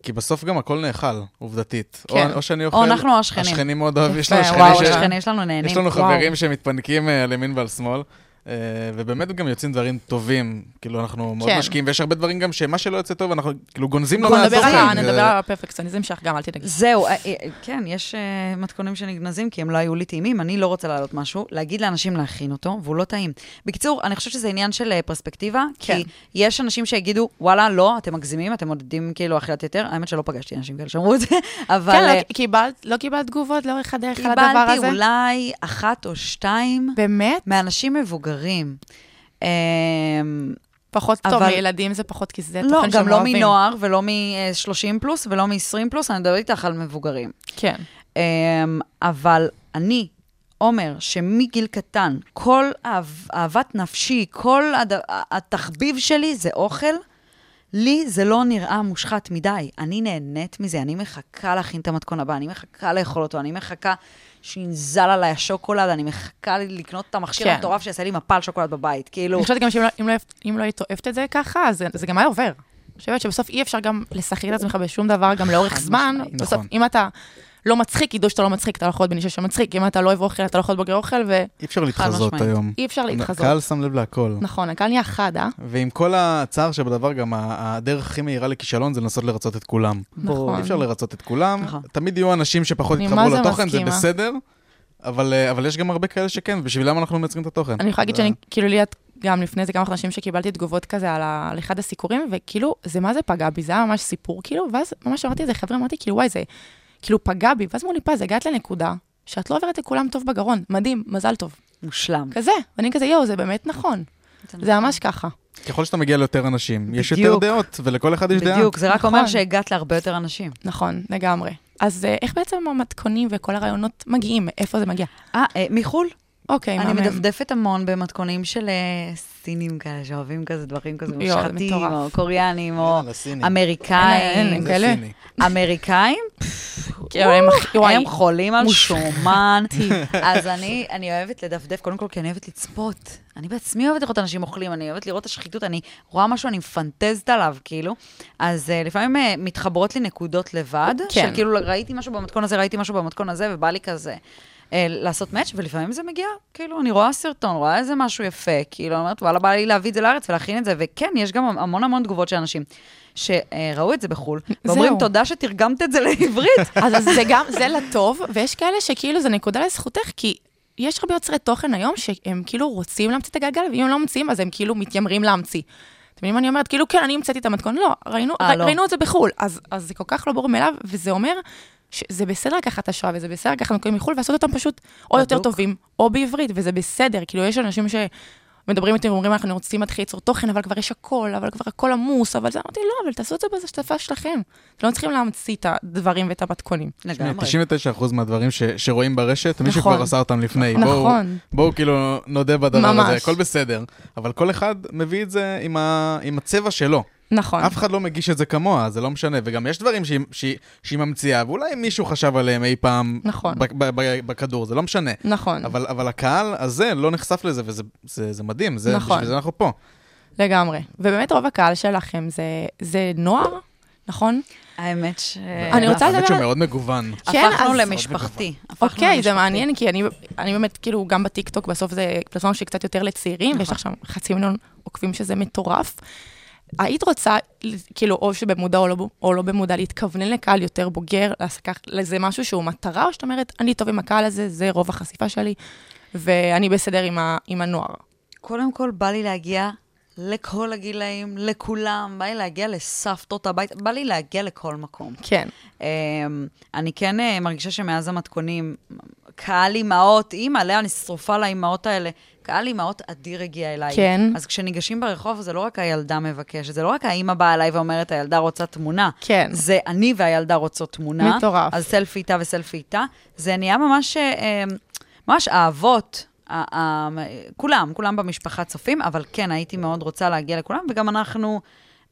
E: כי בסוף גם הכל נאכל, עובדתית.
D: כן.
E: או, או שאני אוכל...
F: אנחנו או השכנים.
E: השכנים מאוד אוהבים, יש לנו
D: יפה,
E: שכנים
D: וואו,
F: וואו,
E: ש...
F: השכנים שלנו נהנים.
E: יש לנו
F: וואו.
E: חברים שמתפנקים אה, על ימין ועל שמאל, אה, ובאמת גם יוצאים דברים טובים. כאילו, אנחנו מאוד
D: כן.
E: משקיעים, ויש הרבה דברים גם שמה שלא יוצא טוב, אנחנו כאילו גונזים לו
D: בוא נדבר על
E: מהתוכן.
D: ה-
E: זה-
D: נדבר על הפרפקציוניזם שלך גם, אל תדאגי.
F: זהו, אה, אה, כן, יש אה, מתכונים שנגנזים כי הם לא היו לי טעימים, אני לא רוצה להעלות משהו, להגיד לאנשים להכין אותו, והוא לא טעים. בקיצור, אני חושבת שזה עניין של אה, פרספקטיבה,
D: כן.
F: כי יש אנשים שיגידו, וואלה, לא, אתם מגזימים, אתם עודדים כאילו אכילת יתר, האמת שלא פגשתי אנשים כאלה שאמרו את זה, אבל...
D: כן,
F: אה,
D: לא- קיבלת- לא קיבלת תגובות לאורך הדרך על הדבר
F: קיבלתי
D: הזה?
F: אולי אחת או שתיים
D: באמת?
F: מאנשים מבוגרים. אה,
D: פחות טוב
F: אבל-
D: מילדים זה פחות, כי זה
F: לא,
D: תוכן שהם
F: גם לא
D: אוהבים.
F: מנוער ולא מ-30 פלוס ולא מ-20 פלוס, אני מדברת איתך על מבוגרים.
D: כן.
F: אמ, אבל אני, עומר, שמגיל קטן, כל אהב, אהבת נפשי, כל הד... התחביב שלי זה אוכל, לי זה לא נראה מושחת מדי. אני נהנית מזה, אני מחכה להכין את המתכון הבא, אני מחכה לאכול אותו, אני מחכה שינזל עליי השוקולד, אני מחכה לקנות את המכשיר
D: כן.
F: המטורף שיעשה לי מפל שוקולד בבית. כאילו,
D: אני חושבת גם שאם לא- אם לא- אם לא היית אוהבת את זה ככה, אז זה גם היה עובר. אני חושבת שבסוף אי אפשר גם לשחק את עצמך בשום דבר, גם לאורך זמן.
F: משמעית.
D: בסוף,
E: נכון.
D: אם אתה לא מצחיק, ידעו שאתה לא מצחיק, אתה לא יכול להיות בן איש שמצחיק. אם אתה לא אוהב אוכל, אתה לא יכול להיות בוגר אוכל, ואי
E: אי אפשר להתחזות
F: משמעית.
E: היום.
D: אפשר להתחזות.
E: הקהל שם לב להכל.
D: נכון, הקהל נהיה חד, אה?
E: ועם כל הצער שבדבר, גם ה- הדרך הכי מהירה לכישלון זה לנסות לרצות את כולם.
D: נכון.
E: אי אפשר לרצות את כולם,
F: נכון.
E: תמיד יהיו אנשים שפחות
D: אני
E: יתחברו
D: מה זה
E: לתוכן, זה
D: מסכימה.
E: בסדר, אבל אה, אבל יש גם הרבה כאלה שכן, ובשבילם אנחנו מייצרים את התוכן.
D: אני יכולה להגיד
E: זה-
D: שאני, כאילו לי את גם לפני זה כמה חודשים שקיבלתי תגובות כזה על, ה, על אחד הסיקורים, וכאילו, זה מה זה פגע בי, זה היה ממש סיפור, כאילו, ואז ממש אמרתי לזה, חבר'ה, אמרתי, כאילו, וואי, זה כאילו פגע בי, ואז אמרו לי, פז, הגעת לנקודה שאת לא עוברת לכולם טוב בגרון, מדהים, מזל טוב,
F: מושלם.
D: כזה, ואני כזה, יואו, זה באמת נכון, זה ממש ככה.
E: ככל שאתה מגיע ליותר אנשים, יש יותר
F: בדיוק.
E: דעות, ולכל אחד יש דעה.
F: בדיוק, זה רק אומר
D: נכון.
F: שהגעת להרבה יותר אנשים.
D: נכון, לגמרי. אז אה, איך בעצם המתכונים וכל הרעיונות מגיעים? מאיפה זה מגיע?
F: אה, אה, מחו"ל?
D: אוקיי,
F: אני
D: מהמם.
F: מדפדפת המון במתכונים של אה, סינים כאלה, שאוהבים כזה דברים כזה
D: יואו, זה
F: מושחתים,
D: מטורף.
F: או קוריאנים, או
E: יאללה, סיני.
D: אין, אין,
F: אמריקאים.
D: אין.
E: זה
D: כאלה.
E: סיני.
F: אמריקאים,
D: כאילו, הם הכי- וואי,
F: הם חולים על
D: מושחתים.
F: שומן. אז אני אני אוהבת לדפדף, קודם כל כי אני אוהבת לצפות. אני בעצמי אוהבת לראות אנשים אוכלים, אני אוהבת לראות את השחיתות, אני רואה משהו, אני מפנטזת עליו, כאילו. אז אה, לפעמים אה, מתחברות לי נקודות לבד,
D: כן.
F: שכאילו ראיתי משהו במתכון הזה, ראיתי משהו במתכון הזה, ובא לי כזה. אה, לעשות מאץ', ולפעמים זה מגיע, כאילו, אני רואה סרטון, רואה איזה משהו יפה, כאילו, אני אומרת, וואלה, בא לי להביא את זה לארץ ולהכין את זה, וכן, יש גם המון המון תגובות של אנשים שראו את זה בחו"ל, ואומרים,
D: זהו.
F: תודה שתרגמת את זה לעברית.
D: אז אז זה גם, זה לטוב, ויש כאלה שכאילו זה נקודה לזכותך, כי יש הרבה יוצרי תוכן היום שהם כאילו רוצים להמציא את הגלגל, ואם הם לא ממציאים, אז הם כאילו מתיימרים להמציא. אתם יודעים מה אני אומרת? כאילו, כן, אני המצאתי את המתכון. לא, ראינו,
F: אה,
D: ר,
F: לא.
D: ראינו את זה בחו"ל. אז, אז זה כל כך לא ברור מאליו, וזה אומר שזה בסדר לקחת השראה, וזה בסדר לקחת מתכונים מחו"ל, ולעשות אותם פשוט או יותר
F: בדוק.
D: טובים, או בעברית, וזה בסדר. כאילו, יש אנשים ש... מדברים איתי ואומרים, אנחנו רוצים להתחיל ליצור תוכן, אבל כבר יש הכל, אבל כבר הכל עמוס, אבל זה, אמרתי, לא, אבל תעשו את זה בשפה שלכם. אתם לא צריכים להמציא את הדברים ואת המתכונים.
F: לגמרי.
E: 99% מהדברים ש- שרואים ברשת, מישהו
D: נכון.
E: כבר עשה אותם לפני. בואו-
D: נכון.
E: בואו כאילו נודה בדבר
D: ממש.
E: הזה, הכל בסדר. אבל כל אחד מביא את זה עם ה- עם הצבע שלו.
D: נכון.
E: אף אחד לא מגיש את זה כמוה, זה לא משנה. וגם יש דברים שהיא- שהיא שהיא ממציאה, ואולי מישהו חשב עליהם אי פעם
D: נכון.
E: ב- ב- ב- בכדור, זה לא משנה.
D: נכון,
E: אבל, אבל הקהל הזה לא נחשף לזה, וזה זה, זה מדהים, זה,
D: נכון.
E: בשביל זה אנחנו פה.
D: לגמרי. ובאמת רוב הקהל שלכם זה, זה נוער, נכון?
F: האמת ש...
D: אני רוצה
E: האמת
D: לדבר
E: שהוא
D: על-
E: מאוד מגוון.
D: כן,
F: הפכנו
D: אז-
F: למשפחתי. הפכנו
D: אוקיי, זה
F: למשפחתי.
D: מעניין, כי אני, אני באמת, כאילו, גם בטיקטוק, בסוף זה פלטפורמה שהיא קצת יותר לצעירים, ויש לך שם חצי מיליון עוקבים שזה מטורף. היית רוצה, כאילו, או שבמודע או לא, או לא במודע, להתכוונן לקהל יותר בוגר, לקח לזה משהו שהוא מטרה, או שאת אומרת, אני טוב עם הקהל הזה, זה רוב החשיפה שלי, ואני בסדר עם, ה, עם הנוער.
F: קודם כל, בא לי להגיע לכל הגילאים, לכולם, בא לי להגיע לסבתות הביתה, בא לי להגיע לכל מקום.
D: כן.
F: אמ, אני כן אה, מרגישה שמאז המתכונים, קהל אימהות, אימא, לאה, אני שרופה לאימהות האלה. קהל אימהות אדיר הגיע אליי.
D: כן.
F: אז כשניגשים ברחוב, זה לא רק הילדה מבקשת, זה לא רק האימא באה אליי ואומרת, הילדה רוצה תמונה.
D: כן.
F: זה אני והילדה רוצות תמונה.
D: מטורף.
F: אז סלפי איתה וסלפי איתה. זה נהיה ממש, אה, ממש אהבות. ה- ה- כולם, כולם במשפחה צופים, אבל כן, הייתי מאוד רוצה להגיע לכולם, וגם אנחנו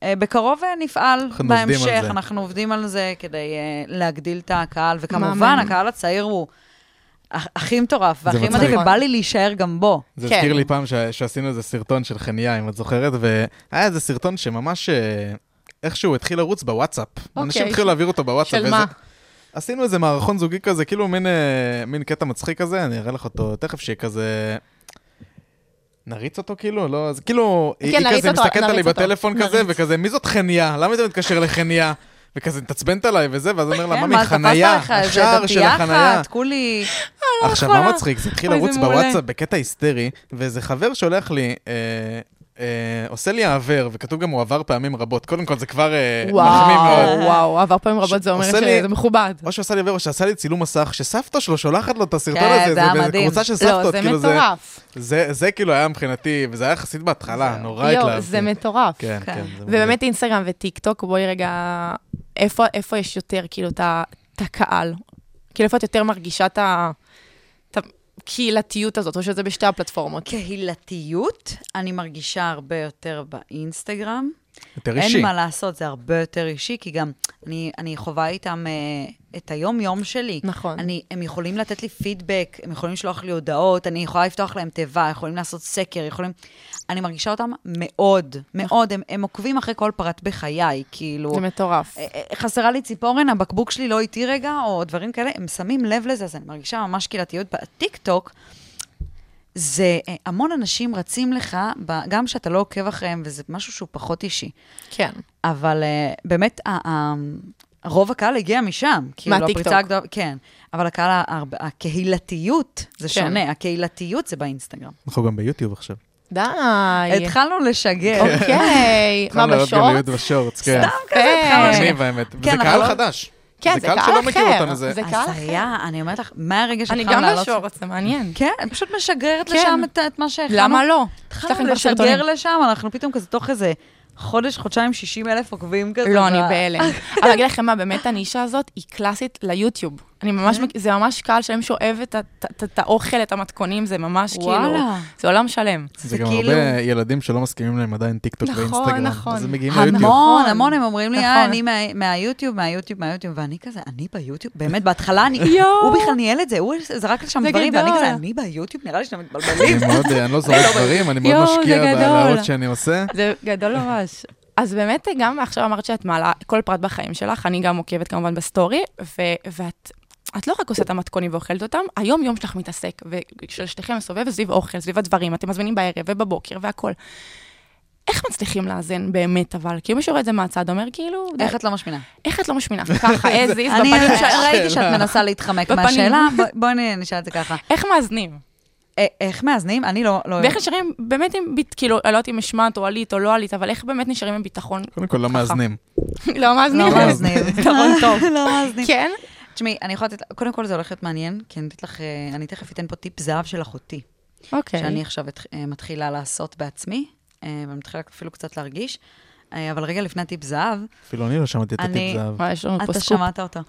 F: אה, בקרוב אה, נפעל
E: אנחנו עובדים על
F: בהמשך,
E: זה.
F: אנחנו עובדים על זה כדי אה, להגדיל את הקהל, וכמובן,
D: מאמן.
F: הקהל הצעיר הוא הכ- הכי מטורף, והכי
E: מצחיק.
F: מדהים, ובא לי להישאר גם בו.
E: זה
D: כן.
E: הזכיר לי פעם ש- שעשינו איזה סרטון של חניה, אם את זוכרת, והיה איזה סרטון שממש אה, איכשהו התחיל לרוץ בוואטסאפ.
D: אוקיי.
E: אנשים התחילו להעביר אותו בוואטסאפ.
D: של
E: וזה-
D: מה?
E: עשינו איזה מערכון זוגי כזה, כאילו מין, אה, מין קטע מצחיק כזה, אני אראה לך אותו תכף, שכזה... נריץ אותו כאילו? לא, זה כאילו, היא היא
D: כן, נריץ
E: כזה
D: אותו,
E: מסתכלת
D: נריץ
E: עליי
D: אותו.
E: בטלפון כזה, וכזה, מי זאת חניה? למה אתה מתקשר לחניה? וכזה מתעצבנת עליי וזה, ואז אומר לה,
F: כן,
E: ממי,
F: מה, תפסת
E: חניה,
F: לך איזה
E: השער של
F: דתייה
E: החניה.
F: אחת, כולי...
E: עכשיו, מה מצחיק? זה התחיל
D: לא אוי, זה
E: לרוץ
D: מעולה.
E: בוואטסאפ בקטע היסטרי, ואיזה חבר שולח לי, אה, אה, עושה לי העבר, וכתוב גם הוא עבר פעמים רבות. קודם כל, זה כבר אה, מחמיא מאוד.
D: וואו, וואו, עבר פעמים רבות, זה אומר
E: עושה לי-
D: שזה מכובד.
E: או שעשה לי עבר, או שעשה לי צילום מסך, שסבתא שלו שולחת לו את הסרטון
F: כן,
E: הזה,
F: זה היה
E: באיזה
F: מדהים.
E: קבוצה של סבתות.
D: לא, זה
E: כאילו,
D: מטורף.
E: זה, זה כאילו היה מבחינתי, וזה היה יחסית בהתחלה, נורא
D: יואו,
E: התלהבתי.
D: לא, זה מטורף.
E: כן, כן. זה מדהים.
D: ובאמת אינסטגרם וטיקטוק, בואי רגע, איפה, איפה יש יותר, כאילו, את ה- את הקהל? כאילו, איפה את יותר מרגישה את ה- את הקהילתיות הזאת, או שזה בשתי הפלטפורמות?
F: קהילתיות, אני מרגישה הרבה יותר באינסטגרם.
E: יותר
F: אין
E: אישי.
F: מה לעשות, זה הרבה יותר אישי, כי גם אני, אני חווה איתם אה, את היום-יום שלי.
D: נכון.
F: אני, הם יכולים לתת לי פידבק, הם יכולים לשלוח לי הודעות, אני יכולה לפתוח להם תיבה, יכולים לעשות סקר, יכולים... אני מרגישה אותם מאוד, מאוד. הם, הם עוקבים אחרי כל פרט בחיי, כאילו...
D: זה מטורף.
F: אה, אה, חסרה לי ציפורן, הבקבוק שלי לא איתי רגע, או דברים כאלה, הם שמים לב לזה, אז אני מרגישה ממש קהילתיות. בטיקטוק, זה אה, המון אנשים רצים לך, ב- גם שאתה לא עוקב אחריהם, וזה משהו שהוא פחות אישי.
D: כן.
F: אבל אה, באמת, ה- ה- רוב הקהל הגיע משם. כאילו,
D: מהטיקטוק.
F: הפריצה הגדולה- כן. אבל הקהל, ה- הר- הקהילתיות, זה
D: כן.
F: שונה, הקהילתיות זה באינסטגרם.
E: אנחנו גם ביוטיוב עכשיו.
D: די.
F: התחלנו לשגר.
D: אוקיי. מה,
E: התחלנו לעלות גם
D: בשורט?
E: ליוטיוב בשורטס, כן.
F: סתם כזה התחלנו לשגר.
E: מגניב האמת. וזה
F: אנחנו
E: קהל
F: לא-
E: חדש.
D: כן, זה קהל
E: שלא מכיר
D: אחר.
E: אותנו, זה...
D: זה- קהל
F: אז היה, אני אומרת לך, מהרגע
D: אני
F: שהתחלנו
D: גם לא
F: לעלות...
D: בשורט, זה מעניין.
F: כן, אני פשוט משגרת
D: כן.
F: לשם את, את מה שהכנו.
D: למה לא? יש לכם
F: התחלנו
D: כבר
F: לשגר
D: סרטונים.
F: לשם, אנחנו פתאום כזה תוך איזה חודש, חודשיים, 60 אלף עוקבים כזה.
D: לא, אני
F: ב-
D: בהלם. אבל אגיד לכם מה, באמת הנישה הזאת היא קלאסית ליוטיוב. אני ממש, מכ- זה ממש קהל שלם שאוהב את ה- ת- ת- את האוכל, את המתכונים, זה ממש כאילו,
F: וואלה.
D: זה עולם שלם.
E: זה גם
F: כאילו-
E: הרבה לא ילדים שלא מסכימים להם עדיין טיקטוק
D: נכון,
E: ואינסטגרם.
D: נכון.
E: אז הם מגיעים ליוטיוב.
F: המון,
D: נכון.
F: המון, הם אומרים לי, אה,
D: נכון.
F: אני מה- מהיוטיוב, מהיוטיוב, מהיוטיוב, ואני כזה, אני ביוטיוב? באמת, בהתחלה אני,
D: יואו.
F: הוא בכלל ניהל את זה, הוא זרק לשם
D: זה
F: דברים, ואני
D: גדול.
F: כזה, אני ביוטיוב? נראה לי שאתם
E: אני
F: מתבלבלים.
E: מאוד, אה, אני לא זורק דברים, אני
D: יואו,
E: מאוד
D: זה
E: משקיע
D: גדול.
E: בהערות שאני עושה.
D: זה גדול ממש. אז באמת, גם עכשיו אמרת שאת מעלה כל פרט בחיים שלך, אני גם עוקבת כמובן בסטורי, ו- ואת... את לא רק עושה את המתכונים ואוכלת אותם, היום-יום שלך מתעסק, ושל שתיכם סובב סביב אוכל, סביב הדברים, אתם מזמינים בערב ובבוקר והכול. איך מצליחים לאזן באמת, אבל? כאילו מי שרואה את זה מהצד אומר, כאילו, די,
F: איך את לא משמינה?
D: איך את לא משמינה? ככה, as is,
F: אני
D: בפנים שלך.
F: ראיתי שאת מנסה להתחמק
D: בפנים.
F: מהשאלה, בואי נשאל את זה ככה.
D: איך מאזנים?
F: אה, איך מאזנים? אני לא... לא-
D: ואיך נשארים באמת עם, ביט- כאילו, אני לא יודעת אם השמעת או עלית או לא עלית, אבל איך באמת נשארים עם ביטחון?
E: קודם כל, לא מאזנים.
D: לא מאזנים.
F: לא מאזנים.
D: יתרון טוב.
F: לא מאזנים.
D: כן?
F: תשמעי, אני יכולה לתת... קודם כל זה הולך להיות מעניין, כי אני אתן לך... אה, אני תכף אתן פה טיפ זהב של אחותי.
D: אוקיי.
F: שאני עכשיו את- אה, מתחילה לעשות בעצמי, אה, ואני מתחילה אפילו קצת להרגיש. אה, אבל רגע לפני טיפ זהב,
E: אפילו אני לא שמעתי את
F: אני- כן,
E: הטיפ זהב.
D: מה, אה, יש לנו פה
F: אתה
D: סקופ.
F: שמעת אותו. אה,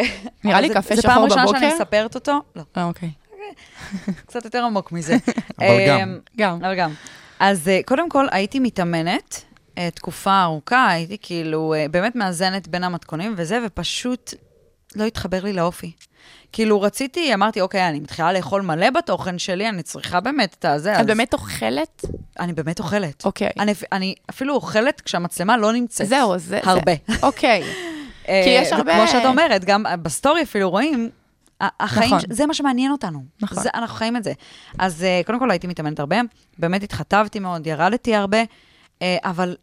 D: אוקיי, נראה לי
F: זה-
D: קפה
F: זה פעם
D: שחור
F: ראשונה שאני
D: בבוקר?
F: מספרת אותו, לא,
D: אה, אוקיי.
F: קצת יותר עמוק מזה.
E: אבל גם.
F: אה,
D: גם.
F: אבל גם. אז אה, קודם כל, הייתי מתאמנת אה, תקופה ארוכה, הייתי כאילו אה, באמת מאזנת בין המתכונים וזה, ופשוט לא התחבר לי לאופי. כאילו רציתי, אמרתי, אוקיי, אני מתחילה לאכול מלא בתוכן שלי, אני צריכה באמת את הזה.
D: את
F: אז-
D: באמת אוכלת?
F: אני באמת אוכלת.
D: אוקיי.
F: אני, אפ- אני אפילו אוכלת כשהמצלמה לא נמצאת.
D: זהו, זה... זה-
F: הרבה.
D: אוקיי.
F: אה,
D: כי יש הרבה-
F: וכמו שאת אומרת, גם אה, בסטורי אפילו רואים, ה- החיים,
D: נכון.
F: נכון. זה מה שמעניין אותנו.
D: נכון.
F: זה, אנחנו חיים את זה. אז אה, קודם כל הייתי מתאמנת הרבה, באמת התחתבתי מאוד, ירדתי הרבה, אה, אבל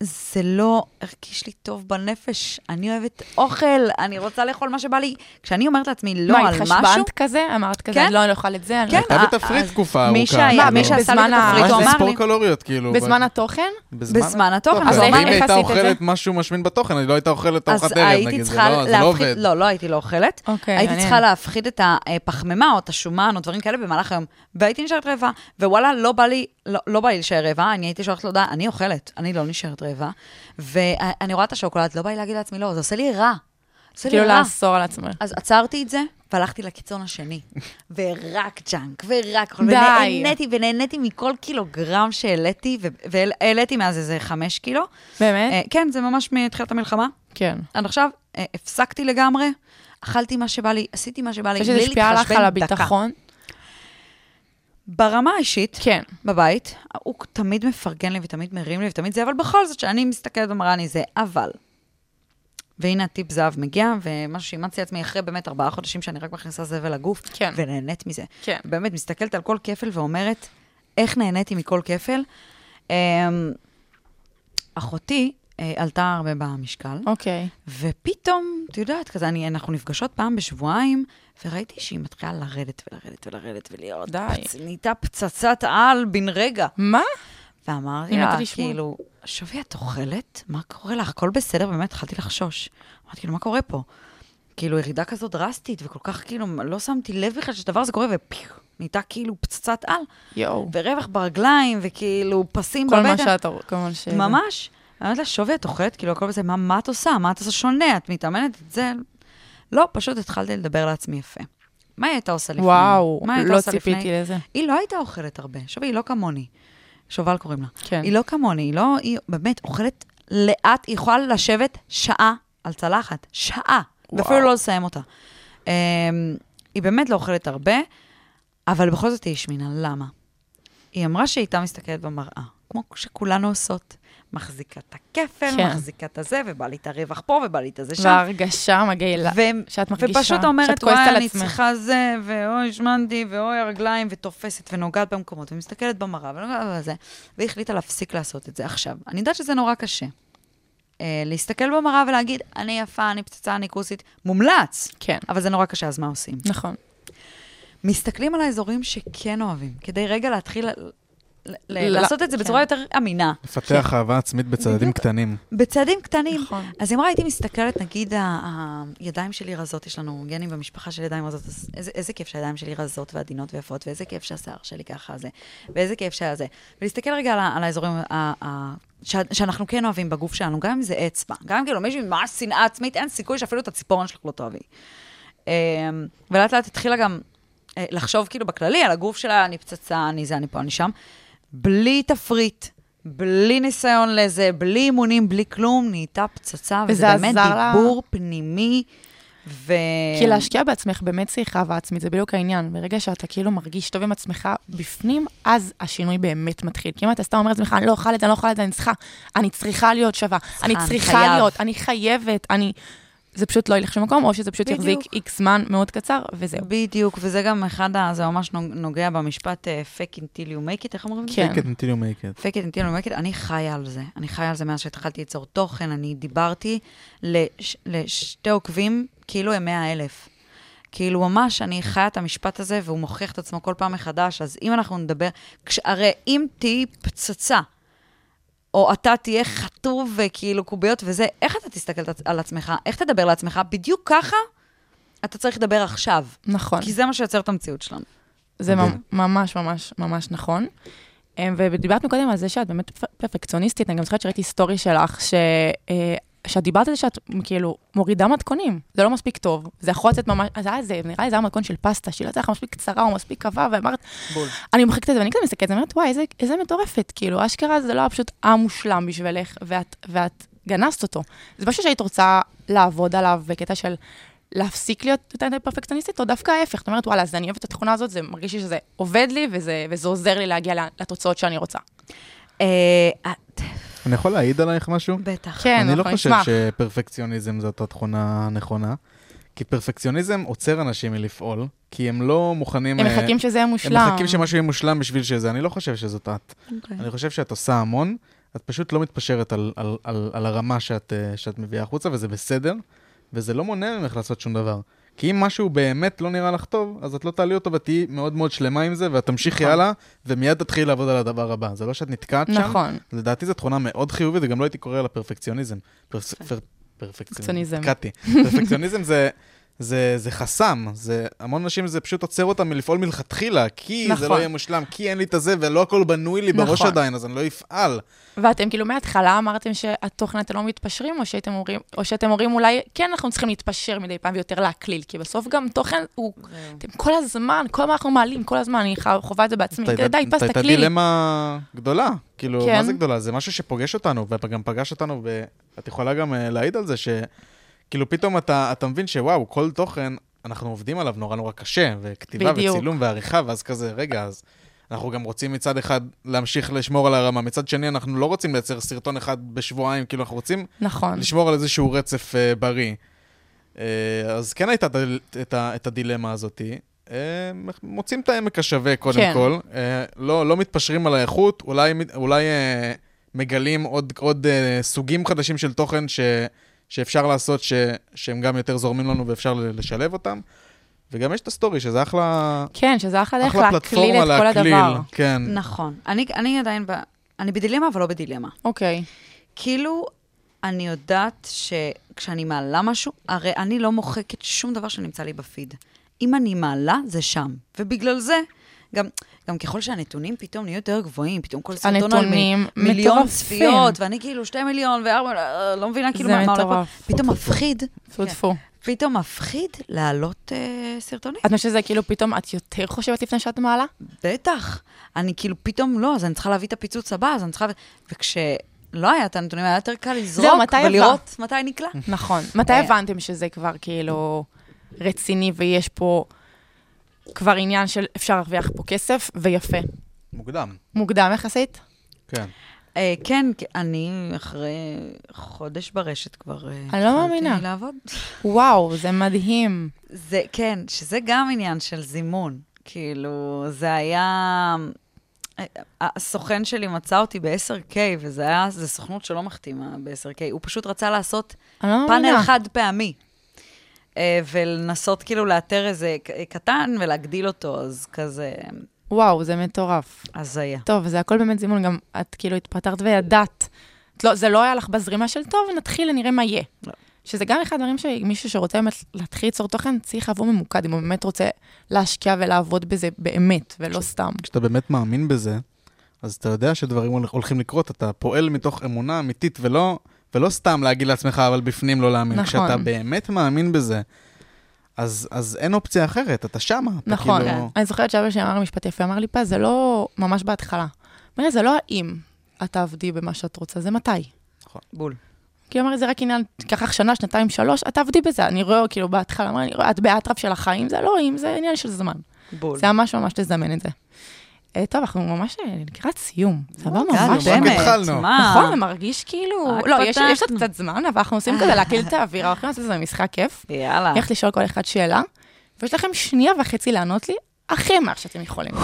F: זה לא הרגיש לי טוב בנפש. אני אוהבת אוכל, אני רוצה לאכול מה שבא לי. כשאני אומרת לעצמי לא
D: מה,
F: על משהו...
D: התחשבנת כזה? אמרת כזה,
F: כן.
D: אני לא אני לא אוכל את זה? אני לא-
F: כן,
E: הייתה
F: אה,
E: בתפריט
F: אז
E: תקופה
F: מי
E: ארוכה.
F: שהיה-
E: כאילו.
F: מי שעשה לי
D: בזמן
F: את
D: ה-
F: התפריט,
E: ממש
F: הוא אמר לי...
E: לספור קלוריות, כאילו.
D: בזמן התוכן?
F: בזמן התוכן,
D: אז
E: אבל
D: איך-
E: אם
D: איך
E: היא הייתה
D: עשית את זה?
E: אוכלת משהו משמין בתוכן, היא לא הייתה אוכלת
F: אז
E: ארוחת ערב,
F: הייתי
E: נגיד. זה
F: צריכה
E: לא- זה לא עובד.
F: להפחית, לא, לא הייתי לא אוכלת.
D: אוקיי,
F: הייתי
D: מעניין.
F: צריכה להפחית את הפחמימה או את השומן או דברים כאלה במהלך היום. והייתי נשארת רעבה, ווואלה, לא בא לי, לא, לא בא לי להישאר רעבה, אני הייתי שולחת לו הודעה, אני אוכלת, אני לא נשארת רעבה. ואני רואה את השוקולד, לא בא לי להגיד לעצמי לא, זה עושה לי רע. עושה לי
D: כאילו
F: רע.
D: לאסור על עצמך.
F: אז עצרתי את זה, והלכתי לקיצון השני. ורק ג'אנק, ורק... אוכל,
D: די.
F: ונהניתי, ונהניתי מכל קילוגרם שהעליתי, ו- והעליתי מאז איזה חמש קילו. אה,
D: באמת?
F: כן, זה ממש מתחילת המלחמה.
D: כן.
F: עד עכשיו אה, הפסקתי לגמרי, אכלתי מה שבא לי, עשיתי מה שבא לי,
D: אני חושבת שזה
F: בלי
D: השפיע עליך
F: להתחשבן
D: על
F: דקה.
D: הביטחון?
F: ברמה האישית,
D: כן.
F: בבית, הוא תמיד מפרגן לי ותמיד מרים לי ותמיד זה, אבל בכל זאת, שאני מסתכלת במראה אני זה, אבל. והנה הטיפ זהב מגיע, ומשהו שאימצתי לעצמי אחרי באמת ארבעה חודשים שאני רק מכניסה זבל לגוף,
D: כן.
F: ונהנית מזה.
D: כן.
F: באמת, מסתכלת על כל כפל ואומרת, איך נהניתי מכל כפל. אמ, אחותי אה, עלתה הרבה במשקל.
D: אוקיי.
F: ופתאום, את יודעת, כזה, אני, אנחנו נפגשות פעם בשבועיים, וראיתי שהיא מתחילה לרדת ולרדת ולרדת ולהיות.
D: די.
F: פצ... נהייתה פצצת על בן רגע.
D: מה?
F: ואמרתי
D: אני מתה
F: לה,
D: לשמוע.
F: כאילו, שווי, את אוכלת? מה קורה לך? הכל בסדר? באמת, התחלתי לחשוש. אמרתי, כאילו, מה קורה פה? כאילו, ירידה כזאת דרסטית, וכל כך, כאילו, לא שמתי לב בכלל שהדבר הזה קורה, ופיו, נהייתה כאילו פצצת על,
D: יואו.
F: ורווח ברגליים, וכאילו, פסים
D: כל
F: בבטן.
D: מה שאת... כל מה ש...
F: ממש. אני אומרת לה, שווי, את אוכלת? כאילו, הכל בזה, מה, מה את עושה? מה את עושה שונה? את מתאמנת את זה? לא, פשוט התחלתי לדבר לעצמי יפה. מה היא הייתה עושה לפני?
D: וואו,
F: מה היא הייתה
D: לא
F: עושה
D: ציפיתי
F: לפני?
D: לזה.
F: היא לא הייתה אוכלת הרבה. שווי, היא לא כמוני. שובל קוראים לה.
D: כן.
F: היא לא כמוני, היא לא... היא באמת אוכלת לאט, היא יכולה לשבת שעה על צלחת. שעה. ואפילו לא לסיים אותה. אמ, היא באמת לא אוכלת הרבה, אבל בכל זאת היא השמינה. למה? היא אמרה שהיא הייתה מסתכלת במראה, כמו שכולנו עושות. מחזיקה את הכפל,
D: כן.
F: כן. מחזיקה את הזה, ובא לי את הרווח פה, ובא לי את הזה שם.
D: וההרגשה מגעילה.
F: ו-
D: שאת מרגישה,
F: ופשוט
D: שאת
F: אומרת,
D: כועסת
F: וואי,
D: על
F: אני
D: עצמך."
F: צריכה זה, ואוי, השמנתי, ואוי, הרגליים, ותופסת ונוגעת במקומות, ומסתכלת במראה, ונוגעת בזה, והיא החליטה להפסיק לעשות את זה עכשיו. אני יודעת שזה נורא קשה. אה, להסתכל במראה ולהגיד, אני יפה, אני פצצה, אני כוסית, מומלץ.
D: כן.
F: אבל זה נורא קשה, אז מה עושים?
D: נכון.
F: מסתכלים על האזורים שכן אוהבים, כדי רגע להתחיל ל- ל-
D: ל- כן.
F: לעשות את זה בצורה יותר אמינה.
E: לפתח אהבה עצמית בצעדים קטנים.
F: בצעדים קטנים.
D: נכון.
F: אז היא אמרה, הייתי מסתכלת, נגיד, ה- ה- הידיים שלי רזות, יש לנו גנים במשפחה של ידיים רזות, אז איזה, איזה כיף שהידיים שלי רזות ועדינות ויפות, ואיזה כיף שהשיער שלי ככה זה, ואיזה כיף שהיה זה. ולהסתכל רגע על, ה- על האזורים ה- ה- ש- שאנחנו כן אוהבים בגוף שלנו, גם אם זה אצבע, גם אם כאילו מישהו עם ממש שנאה עצמית, אין סיכוי שאפילו את הציפורן שלך לא תאהבי. אמ, ולאט לאט התחילה גם אה, לחשוב כאילו בכללי על הגוף שלה, אני פצצה, אני זה, אני פה, אני שם, בלי תפריט, בלי ניסיון לזה, בלי אימונים, בלי כלום, נהייתה פצצה,
D: וזה
F: וזה באמת
D: עזר לה?
F: דיבור פנימי, ו...
D: כי להשקיע בעצמך באמת צריך אהבה עצמית, זה בדיוק העניין. ברגע שאתה כאילו מרגיש טוב עם עצמך בפנים, אז השינוי באמת מתחיל. כי אם אתה סתם אומר לעצמך, אני לא אוכל את זה, אני לא אוכל את זה, אני צריכה, אני צריכה להיות שווה, אני
F: אני
D: צריכה
F: חייב."
D: להיות, אני חייבת, אני... זה פשוט לא ילך לשום מקום, או שזה פשוט
F: בדיוק.
D: יחזיק איקס זמן מאוד קצר, וזהו.
F: בדיוק, וזה גם אחד ה... זה ממש נוג- נוגע במשפט אה, fake until you make it, איך אומרים את זה?
D: כן.
E: Take it until you make it.
F: fake it until you make it, אני חיה על זה. אני חיה על זה מאז שהתחלתי ליצור תוכן, אני דיברתי לש, לשתי עוקבים כאילו הם 100 אלף. כאילו, ממש, אני חיה את המשפט הזה, והוא מוכיח את עצמו כל פעם מחדש, אז אם אנחנו נדבר... כש, הרי אם תהיי פצצה, או אתה תהיה חטוב וכאילו קוביות וזה, איך אתה תסתכל על עצמך? איך תדבר לעצמך? בדיוק ככה אתה צריך לדבר עכשיו.
D: נכון.
F: כי זה מה שיוצר את המציאות שלנו.
D: זה ממ- ממש ממש ממש נכון. אה, ודיברת מקודם על זה שאת באמת פ- פרפקציוניסטית, אני גם זוכרת שראיתי סטורי שלך, ש... אה, שאת דיברת על זה שאת כאילו מורידה מתכונים, זה לא מספיק טוב, זה יכול לצאת ממש, אז היה זה, נראה לי זה היה מתכון של פסטה, שהיא לא יצאה לך מספיק קצרה או מספיק קבעה, ואמרת, בול. אני מוחקת את זה, ואני כזה מסתכלת, אני אומרת, וואי, איזה, איזה מטורפת, כאילו, אשכרה זה לא היה פשוט עם מושלם בשבילך, ואת, ואת גנזת אותו. זה משהו שהיית רוצה לעבוד עליו בקטע של להפסיק להיות יותר מדי פרפקציוניסטית, או דווקא ההפך. את אומרת, וואלה, אז אני אוהבת את התכונה הזאת, זה מרגיש לי שזה עובד לי, וזה, וזה עוזר לי להגיע לתוצאות שאני רוצה.
F: אה, את-
E: אני יכול להעיד עלייך משהו?
F: בטח.
D: כן,
E: אני לא
D: נכון,
E: חושב
D: נשמח.
E: שפרפקציוניזם זאת התכונה הנכונה, כי פרפקציוניזם עוצר אנשים מלפעול, כי הם לא מוכנים...
D: הם
E: אה,
D: מחכים שזה יהיה מושלם.
E: הם מחכים שמשהו יהיה מושלם בשביל שזה. אני לא חושב שזאת את.
F: אוקיי.
E: אני חושב שאת עושה המון, את פשוט לא מתפשרת על, על, על, על הרמה שאת, אה, שאת מביאה החוצה, וזה בסדר, וזה לא מונע ממך לעשות שום דבר. כי אם משהו באמת לא נראה לך טוב, אז את לא תעלי אותו ותהיי מאוד מאוד שלמה עם זה, ואת
D: נכון.
E: תמשיכי הלאה, ומיד תתחילי לעבוד על הדבר הבא. זה לא שאת נתקעת שם.
D: נכון.
E: לדעתי זו תכונה מאוד חיובית, וגם לא הייתי קורא לה פרפקציוניזם. פרפ- פר-
D: פרפקציוניזם.
E: פרפקציוניזם. קטי. פרפקציוניזם זה... זה, זה חסם, זה, המון אנשים זה פשוט עוצר אותם מלפעול מלכתחילה, כי נכון. זה לא
D: נכון.
E: יהיה מושלם, כי אין לי את הזה, ולא הכל בנוי לי בראש
D: נכון.
E: עדיין, אז אני לא אפעל.
D: ואתם כאילו מההתחלה אמרתם שהתוכן אתם לא מתפשרים, או שהייתם אומרים, או שאתם אומרים אולי, כן, אנחנו צריכים להתפשר מדי פעם ויותר להקליל, כי בסוף גם תוכן הוא,
E: כן.
D: אתם כל הזמן, כל הזמן אנחנו מעלים, כל הזמן, אני חו- חווה את זה בעצמי, די,
E: אתה
D: די, פס,
E: הייתה
D: תקליל.
E: דילמה גדולה, כאילו,
D: כן.
E: מה זה גדולה? זה משהו שפוגש אותנו, וגם פגש אותנו, ואת יכולה גם אה, להעיד על זה, שכאילו פתאום אתה, אתה מבין שוואו, כל תוכן, אנחנו עובדים עליו נורא נורא קשה, וכתיבה
D: בדיוק.
E: וצילום ועריכה, ואז כזה, רגע, אז... אנחנו גם רוצים מצד אחד להמשיך לשמור על הרמה, מצד שני אנחנו לא רוצים לייצר סרטון אחד בשבועיים, כאילו אנחנו רוצים
D: נכון.
E: לשמור על איזשהו רצף אה, בריא. אה, אז כן הייתה את ה- את ה- את הדילמה הזאת. אה, מוצאים את העמק השווה, קודם
D: כן.
E: כל. אה, לא, לא מתפשרים על האיכות, אולי, אולי אה, מגלים עוד, עוד אה, סוגים חדשים של תוכן ש, שאפשר לעשות, ש, שהם גם יותר זורמים לנו ואפשר ל- לשלב אותם. וגם יש את הסטורי, שזה אחלה,
D: כן, שזה אחלה דרך
E: אחלה
D: להקליל
E: פלטפורמה
D: את כל הדבר.
E: כן.
F: נכון. אני, אני עדיין ב... אני בדילמה, אבל לא בדילמה.
D: אוקיי.
F: כאילו, אני יודעת שכשאני מעלה משהו, הרי אני לא מוחקת שום דבר שנמצא לי בפיד. אם אני מעלה, זה שם. ובגלל זה, גם, גם ככל שהנתונים פתאום נהיו יותר גבוהים, פתאום כל סרטון על
D: הנתונים
F: מ- מיליון
D: מטורפים.
F: צפיות, ואני כאילו שתי מיליון וארבע, אה, לא מבינה כאילו
D: זה
F: מה מה עולה פה.
D: מטורף.
F: פתאום מפחיד,
D: טפו
F: כן.
D: טפו.
F: פתאום מפחיד להעלות אה, סרטונים.
D: את חושבת שזה כאילו פתאום את יותר חושבת לפני שאת מעלה?
F: בטח. אני כאילו פתאום לא, אז אני צריכה להביא את הפיצוץ הבא, אז אני צריכה... וכשלא היה את הנתונים, היה יותר קל לזרוק
D: מתי הבא?
F: ולראות מתי נקלע.
D: נכון. מתי
F: אה.
D: הבנתם שזה כבר כאילו רציני ויש פה כבר עניין של אפשר להרוויח פה כסף ויפה?
E: מוקדם.
D: מוקדם יחסית?
E: כן.
F: אה, כן, כי אני אחרי חודש ברשת כבר... אה,
D: אני לא מאמינה.
F: התחלתי לעבוד.
D: וואו, זה מדהים.
F: זה, כן, שזה גם עניין של זימון. כאילו, זה היה... אה, הסוכן שלי מצא אותי ב-10K, וזה היה, זו סוכנות שלא מחתימה ב-10K. הוא פשוט רצה לעשות
D: אני לא
F: פאנל
D: מאמינה.
F: חד פעמי. אה, ולנסות כאילו לאתר איזה ק- קטן ולהגדיל אותו, אז כזה
D: וואו, זה מטורף.
F: הזיה.
D: טוב, זה הכל באמת זימון, גם את כאילו התפטרת וידעת. את לא, זה לא היה לך בזרימה של טוב, נתחיל, נראה מה יהיה.
F: לא.
D: שזה גם אחד הדברים שמישהו שרוצה באמת להתחיל ליצור תוכן, צריך לבוא ממוקד, אם הוא באמת רוצה להשקיע ולעבוד בזה באמת, ולא סתם.
E: כשאתה באמת מאמין בזה, אז אתה יודע שדברים הול- הולכים לקרות, אתה פועל מתוך אמונה אמיתית, ולא, ולא סתם להגיד לעצמך, אבל בפנים לא להאמין.
D: נכון.
E: כשאתה באמת מאמין בזה, אז, אז אין אופציה אחרת, אתה שמה. אתה
D: נכון.
E: כאילו...
D: אני זוכרת שאבא שלי אמר לי משפט יפה, אמר לי, פז, זה לא ממש בהתחלה. מירי, זה לא האם את תעבדי במה שאת רוצה, זה מתי.
F: בול.
D: כי הוא אמר לי, זה רק עניין, תיקח לך שנה, שנתיים, שלוש, את תעבדי בזה. אני רואה, כאילו, בהתחלה, אמר לי, "אני רואה, את באטרף של החיים, זה לא אם, זה עניין של זמן.
F: בול.
D: זה ממש ממש לזמן את זה. אה, טוב, אנחנו ממש אה, לקראת סיום. זה עבר
F: יאללה,
D: ממש
E: רק
F: כן, באמת,
D: מהר.
E: התחלנו.
F: מה?
D: נכון, זה מרגיש כאילו...
F: רק
D: לא, יש יש עוד
F: פתחנו.
D: קצת זמן, אבל אנחנו עושים כזה להקליל את האווירה, הולכים לעשות איזה משחק כיף.
F: יאללה.
D: אני הולכת לשאול כל אחד שאלה, ויש לכם שנייה וחצי לענות לי אחרי מה שאתם יכולים.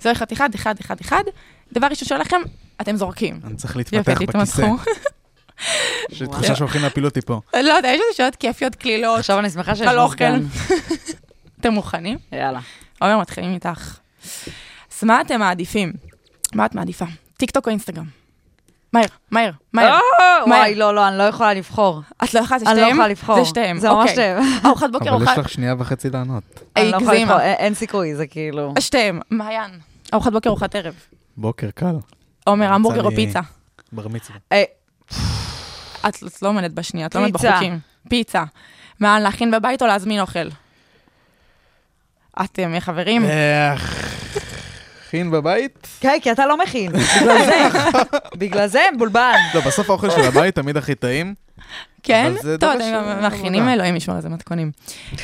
D: זה הולך אחד, אחד, אחד, אחד. דבר ראשון שואל לכם, אתם זורקים.
E: אני צריך
D: יופי,
E: להתפתח בכיסא.
D: תתמתחו. כן.
E: יש לי תחושה שהולכים להפיל אותי פה.
D: לא יודע, יש איזה שאלות כיפיות, קלילות.
F: עכשיו אני שמחה שיש
D: על אוכל.
F: מזגן.
D: אתם מוכנים?
F: יאללה.
D: עומר, מתחילים איתך. אז מה אתם מעדיפים? מה את מעדיפה? טיקטוק או אינסטגרם? מהר, מהר, מהר.
F: אה,
D: מהר.
F: וואי, לא, לא, אני לא יכולה לבחור.
D: את לא יכולה, זה
F: אני
D: שתיהם?
F: לא יכולה לבחור.
D: זה שתיהם,
F: זה ממש
D: אוקיי.
F: שתיהם.
D: ארוחת בוקר,
E: אבל יש
D: ארוחת...
E: לך שנייה וחצי לענות.
F: אני לא
D: אי,
F: יכולה לבחור,
D: גזימה.
F: אין- אין סיכוי, זה כאילו...
D: שתיהם, מעיין. ארוחת בוקר, ארוחת ערב.
E: בוקר קל.
D: עומר, המבורגר או
E: לי-
D: פיצה?
E: בר מצווה.
F: אה,
D: את את לא עומדת בשנייה, את לא עומדת
F: פיצה.
D: בחוקים. פיצה. מה, להכין בבית או להזמין אוכל? אתם חברים,
E: אה, חין בבית?
F: כן, כי אתה לא מכין. בגלל זה, בגלל זה מבולבן.
E: לא, בסוף האוכל של הבית תמיד הכי טעים.
D: כן?
E: אבל זה
D: טוב,
E: דורש,
D: אתם
E: אה,
D: גם מכינים,
E: עבודה.
D: אלוהים ישמור איזה מתכונים.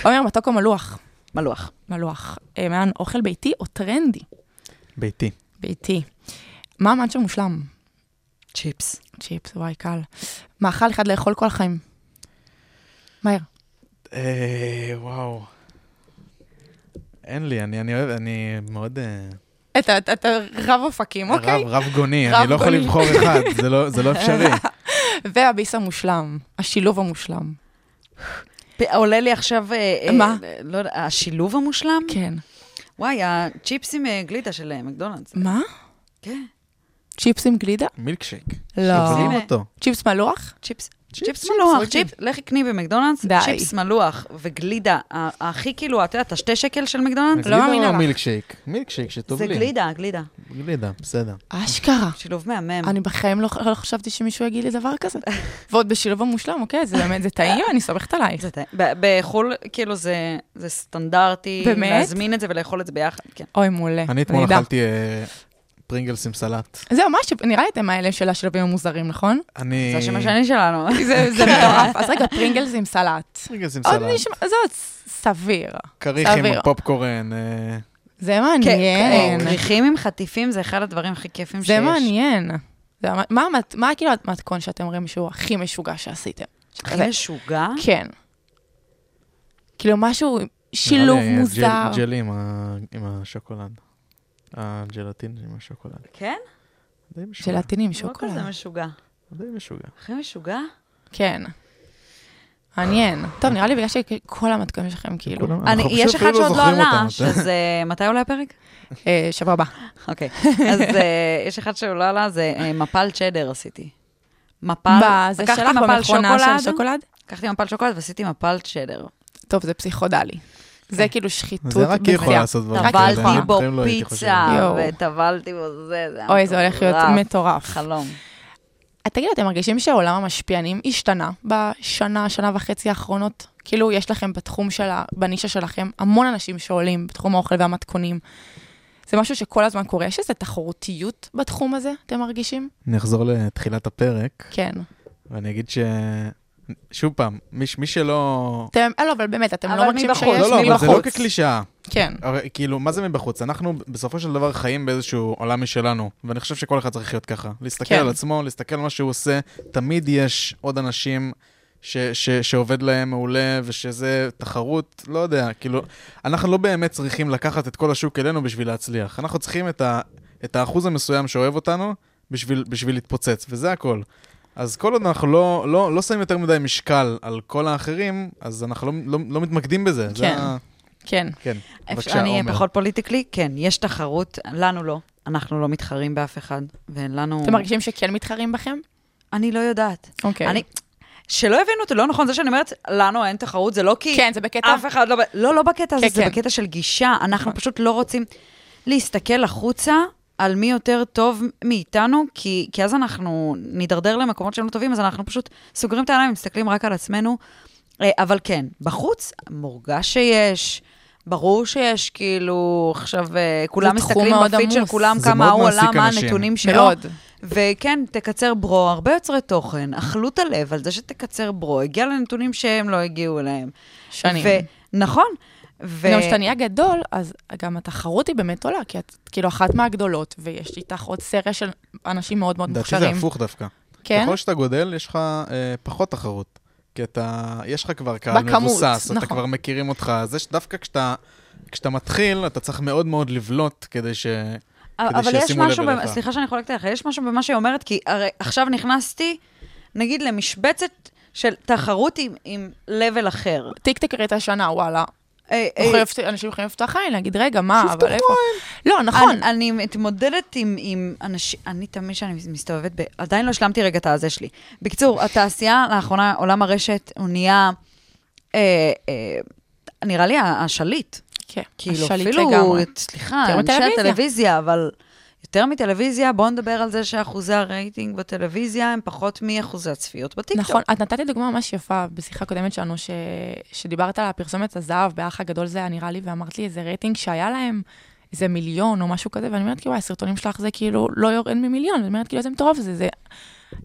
D: עומר, מתוק או מלוח?
F: מלוח.
D: מלוח. אה, מעיין, אוכל ביתי או טרנדי?
E: ביתי.
D: ביתי. מה המאנצ'ו מושלם?
F: צ'יפס.
D: צ'יפס, וואי, קל. מאכל אחד לאכול כל החיים. מהר.
E: אה, וואו. אין לי, אני אני אוהב, אני מאוד אה,
D: אתה אתה- אתה רב אופקים,
E: רב
D: אוקיי?
E: רב גוני,
D: רב
E: אני לא יכול
D: גוני.
E: לבחור אחד, זה לא- זה לא אפשרי.
D: והביס המושלם, השילוב המושלם.
F: פ- עולה לי עכשיו... אה, אה,
D: מה?
F: לא יודע, השילוב המושלם?
D: כן.
F: וואי, הצ'יפס עם אה, גלידה של אה, מקדונלדס.
D: מה?
F: כן.
D: צ'יפס עם גלידה?
E: מילקשייק.
D: לא.
E: שוזרים אותו.
D: צ'יפס מלוח?
F: צ'יפס, צ'יפס מלוח,
E: רגיל.
F: צ'יפס, לכי קני במקדונלדס,
D: די.
F: צ'יפס מלוח וגלידה, ה- הכי כאילו, את יודעת, השתי שקל של מקדונלדס,
E: גלידה
D: מאמינה
E: או
D: לך.
E: מילקשייק? מילקשייק שטוב
F: זה
E: לי.
F: גלידה, גלידה.
E: גלידה, בסדר.
D: כן, אשכרה.
F: שילוב מהמם.
D: אני בחיים לא לא חשבתי שמישהו יגיד לי דבר כזה. ועוד בשילוב המושלם, אוקיי, זה באמת, זה טעים, אני סומכת עלייך.
F: זה טעים. ב- בחו"ל, כאילו, זה זה סטנדרטי,
D: באמת?
F: להזמין את זה ולאכול את זה ביחד, כן.
D: אוי, מעולה.
E: אני אתמול
D: נהדר.
E: אכלתי אה, פרינגלס עם סלט.
D: זהו, משהו, נראה לי אתם האלה של השלבים המוזרים, נכון?
E: אני...
F: זה השם השני שלנו.
D: זה זה מטורף. אז רגע, פרינגלס עם סלט.
E: פרינגלס עם
D: עוד
E: כן. סלט.
D: נשמע, זה עוד ס- סביר.
E: כריך
D: סביר.
E: עם פופקורן. אה,
D: זה
F: כן,
D: מעניין.
F: כן, כריכים עם חטיפים זה אחד הדברים הכי כיפים שיש.
D: זה מעניין. זה המ- מה המת- מה כאילו המתכון שאתם אומרים שהוא הכי משוגע שעשיתם?
F: הכי
D: זה-
F: משוגע.
D: כן. כאילו משהו, שילוב
E: אה? נראה לי, אה, הג'ל-
D: מוזר.
E: ג'לי עם ה- אה, עם השוקולד. הג'לטין עם השוקולד.
F: כן?
E: די משוגע.
D: ג'לטיני עם
F: לא
D: שוקולד.
F: כזה משוגע.
E: די משוגע.
F: הכי משוגע?
D: כן. מעניין. טוב, נראה לי בגלל שכל המתכונים שלכם כאילו.
E: כולם-
F: אני-
E: אנחנו
F: יש
E: פשוט
F: אחד
E: אפילו
F: שעוד לא
E: זוכרים
F: עלה,
E: אותם.
F: שזה... מתי עולה הפרק?
D: אה, שבוע הבא.
F: אוקיי. אז אה, יש אחד שהוא לא עלה, זה אה, מפל צ'דר עשיתי. מפל,
D: בזה
F: לקחתי
D: שלך
F: מפל
D: במכונה של
F: שוקולד,
D: שוקולד?
F: לקחתי מפל שוקולד ועשיתי מפל צ'דר.
D: טוב, זה פסיכודלי. זה כאילו שחיתות.
E: זה רק היא יכולה
D: בשיאה.
E: לעשות דברים
D: רק
E: כאלה.
D: יכולה.
F: טבלתי בו
E: בחיים לא הייתי חושב
F: פיצה,
E: על
D: יואו.
F: וטבלתי בו זה, זה היה
D: אוי, זה הולך להיות
F: מטורף.
D: מטורף.
F: חלום.
D: אז תגידו, אתם מרגישים שעולם המשפיענים השתנה בשנה, שנה וחצי האחרונות? כאילו, יש לכם בתחום של ה... בנישה שלכם המון אנשים שעולים בתחום האוכל והמתכונים. זה משהו שכל הזמן קורה. יש איזו תחרותיות בתחום הזה, אתם מרגישים?
E: אני אחזור לתחילת הפרק,
D: כן.
E: ואני אגיד ש... שוב פעם, מי ש- מי שלא...
D: אתם, אה, לא, אבל באמת, אתם
F: אבל
D: לא מרגישים
F: מבחוץ.
D: שיש
E: לא, לא, אבל זה לא
D: מבחוץ.
E: כקלישאה.
D: כן.
E: הרי, כאילו, מה זה מבחוץ? אנחנו בסופו של דבר חיים באיזשהו עולם משלנו, ואני חושב שכל אחד צריך להיות ככה. להסתכל
D: כן.
E: על עצמו, להסתכל על מה שהוא עושה. תמיד יש עוד אנשים ש- ש- שעובד להם מעולה, ושזה תחרות, לא יודע, כאילו, אנחנו לא באמת צריכים לקחת את כל השוק אלינו בשביל להצליח. אנחנו צריכים את, ה- את האחוז המסוים שאוהב אותנו בשביל, בשביל להתפוצץ, וזה הכל. אז כל עוד אנחנו לא, לא, לא שמים יותר מדי משקל על כל האחרים, אז אנחנו לא, לא, לא מתמקדים בזה. זה
D: כן.
E: ה-
D: כן.
E: כן.
F: אפשר-
E: בבקשה,
F: אני אהיה
E: עומר.
F: פחות פוליטיקלי, כן, יש תחרות, לנו לא. אנחנו לא מתחרים באף אחד, ולנו...
D: אתם מרגישים שכן מתחרים בכם?
F: אני לא יודעת.
D: אוקיי.
F: אני... שלא הבינו אותי, לא נכון, זה שאני אומרת, לנו אין תחרות, זה לא כי...
D: כן, זה בקטע...
F: אף אחד לא... ב- לא, לא בקטע הזה,
D: כן,
F: זה
D: כן.
F: בקטע של גישה. אנחנו פשוט לא רוצים להסתכל החוצה על מי יותר טוב מאיתנו, כי, כי אז אנחנו נידרדר למקומות שהם לא טובים, אז אנחנו פשוט סוגרים את העיניים, מסתכלים רק על עצמנו. אה, אבל כן, בחוץ מורגש שיש. ברור שיש, כאילו, עכשיו אה, כולם
D: זה תחום
F: מסתכלים
D: מאוד
F: בפיד של
D: עמוס.
F: כולם,
E: זה
F: כמה
E: מאוד
F: הוא עלה,
E: מעסיק
F: מה
E: אנשים.
F: הנתונים שלו.
D: מאוד.
F: וכן, תקצר ברו, הרבה יוצרי תוכן אכלו את הלב על זה שתקצר ברו, הגיע לנתונים שהם לא הגיעו אליהם.
D: שנים.
F: ו- נכון. ו...
D: גם כשאתה נהיה גדול, אז גם התחרות היא באמת עולה, כי את כאילו אחת מהגדולות, ויש איתך עוד סריה של אנשים מאוד מאוד
E: לדעתי זה
D: מוכשרים.
E: הפוך נכון, דווקא.
D: כן?
E: ככל שאתה גודל, יש לך אה, פחות תחרות. כי אתה, יש לך כבר קהל
D: בכמות,
E: מבוסס, אתה
D: נכון.
E: כבר מכירים אותך. אז יש דווקא כשאתה, כשאתה מתחיל, אתה צריך מאוד מאוד לבלוט כדי ש... כדי
F: אבל יש
E: שישימו לב
F: משהו, במ...
E: אליך.
F: סליחה שאני חולקת עליך, יש משהו במה שהיא אומרת, כי הרי עכשיו נכנסתי, נגיד, למשבצת של תחרות עם, עם level אחר.
D: טיקטק ראית השנה, וואלה.
F: אה, אה,
D: הוא חייב- אנשים יכולים לפתוח עין, להגיד, רגע, מה,
F: שיפתחו
D: אבל איפה... לא, נכון.
F: אני, אני מתמודדת עם, עם אנשים, אני תמיד כשאני מסתובבת, ב, עדיין לא השלמתי רגע את הזה שלי. בקיצור, התעשייה, לאחרונה, עולם הרשת, הוא נהיה, אה, אה, נראה לי השליט.
D: כן,
F: כאילו,
D: השליט
F: אפילו,
D: לגמרי.
F: סליחה,
D: יותר
F: אנשי
D: מטלוויזיה.
F: הטלוויזיה, אבל יותר מטלוויזיה, בואו נדבר על זה שאחוזי הרייטינג בטלוויזיה הם פחות מאחוזי הצפיות בטיקטוק.
D: נכון, את נתת לי דוגמה ממש יפה בשיחה הקודמת שלנו, ש... שדיברת על הפרסומת הזהב באח הגדול זה היה נראה לי, ואמרת לי איזה רייטינג שהיה להם איזה מיליון או משהו כזה, ואני אומרת, כאילו, הסרטונים שלך זה כאילו לא יורד ממיליון, אני אומרת, כאילו, איזה מטורף זה, זה...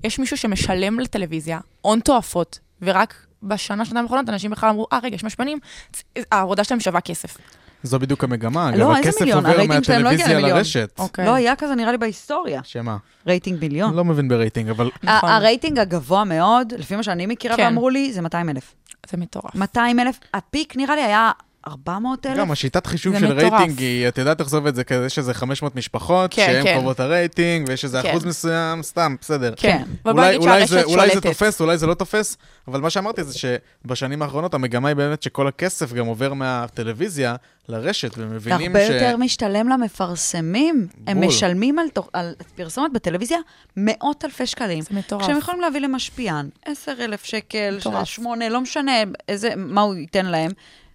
D: יש מישהו שמשלם לטלוויזיה הון תועפות, ורק בשנה, שנתיים האחרונות אנשים בכלל אמרו, אה, רגע, יש משפנים, צ- העבודה שלהם שווה כסף.
E: זו בדיוק המגמה,
F: לא,
E: אגב,
F: איזה
E: הכסף
F: מיליון?
E: עובר
F: הרייטינג שלהם לא הגיע
E: מהטלוויזיה
F: למיליון.
E: לרשת.
D: אוקיי.
F: לא היה כזה נראה לי בהיסטוריה,
E: שמה?
F: רייטינג מיליון.
E: לא מבין ברייטינג, אבל
D: נכון.
F: ה- הרייטינג הגבוה מאוד, לפי מה שאני מכירה
D: כן.
F: ואמרו לי, זה 200 אלף.
D: זה מטורף.
F: 200 אלף, הפיק נראה לי היה 400 אלף.
E: גם לא, השיטת חישוב
D: זה
E: של
D: מטורף.
E: רייטינג היא, את יודעת איך זה עובד, זה כזה, יש איזה 500 משפחות,
D: כן,
E: שהן
D: כן.
E: קובעות הרייטינג, ויש איזה
D: כן.
E: אחוז מסוים, סתם, בסדר.
D: כן, אבל בוא
E: אולי,
D: נגיד
E: אולי,
D: שהרשת
E: זה,
D: שולטת.
E: אולי זה תופס, אולי זה לא תופס, אבל מה שאמרתי זה שבשנים האחרונות המגמה היא באמת שכל הכסף גם עובר מהטלוויזיה לרשת, ומבינים
F: הרבה
E: ש...
F: יותר משתלם למפרסמים. הם
E: בול.
F: משלמים על, תוכ- על פרסומת בטלוויזיה מאות אלפי שקלים.
D: זה מטורף.
F: כשהם יכולים להביא למשפיען 10,000 שקל,
D: מטורף.
F: 8, לא משנה איזה, מה הוא ייתן להם.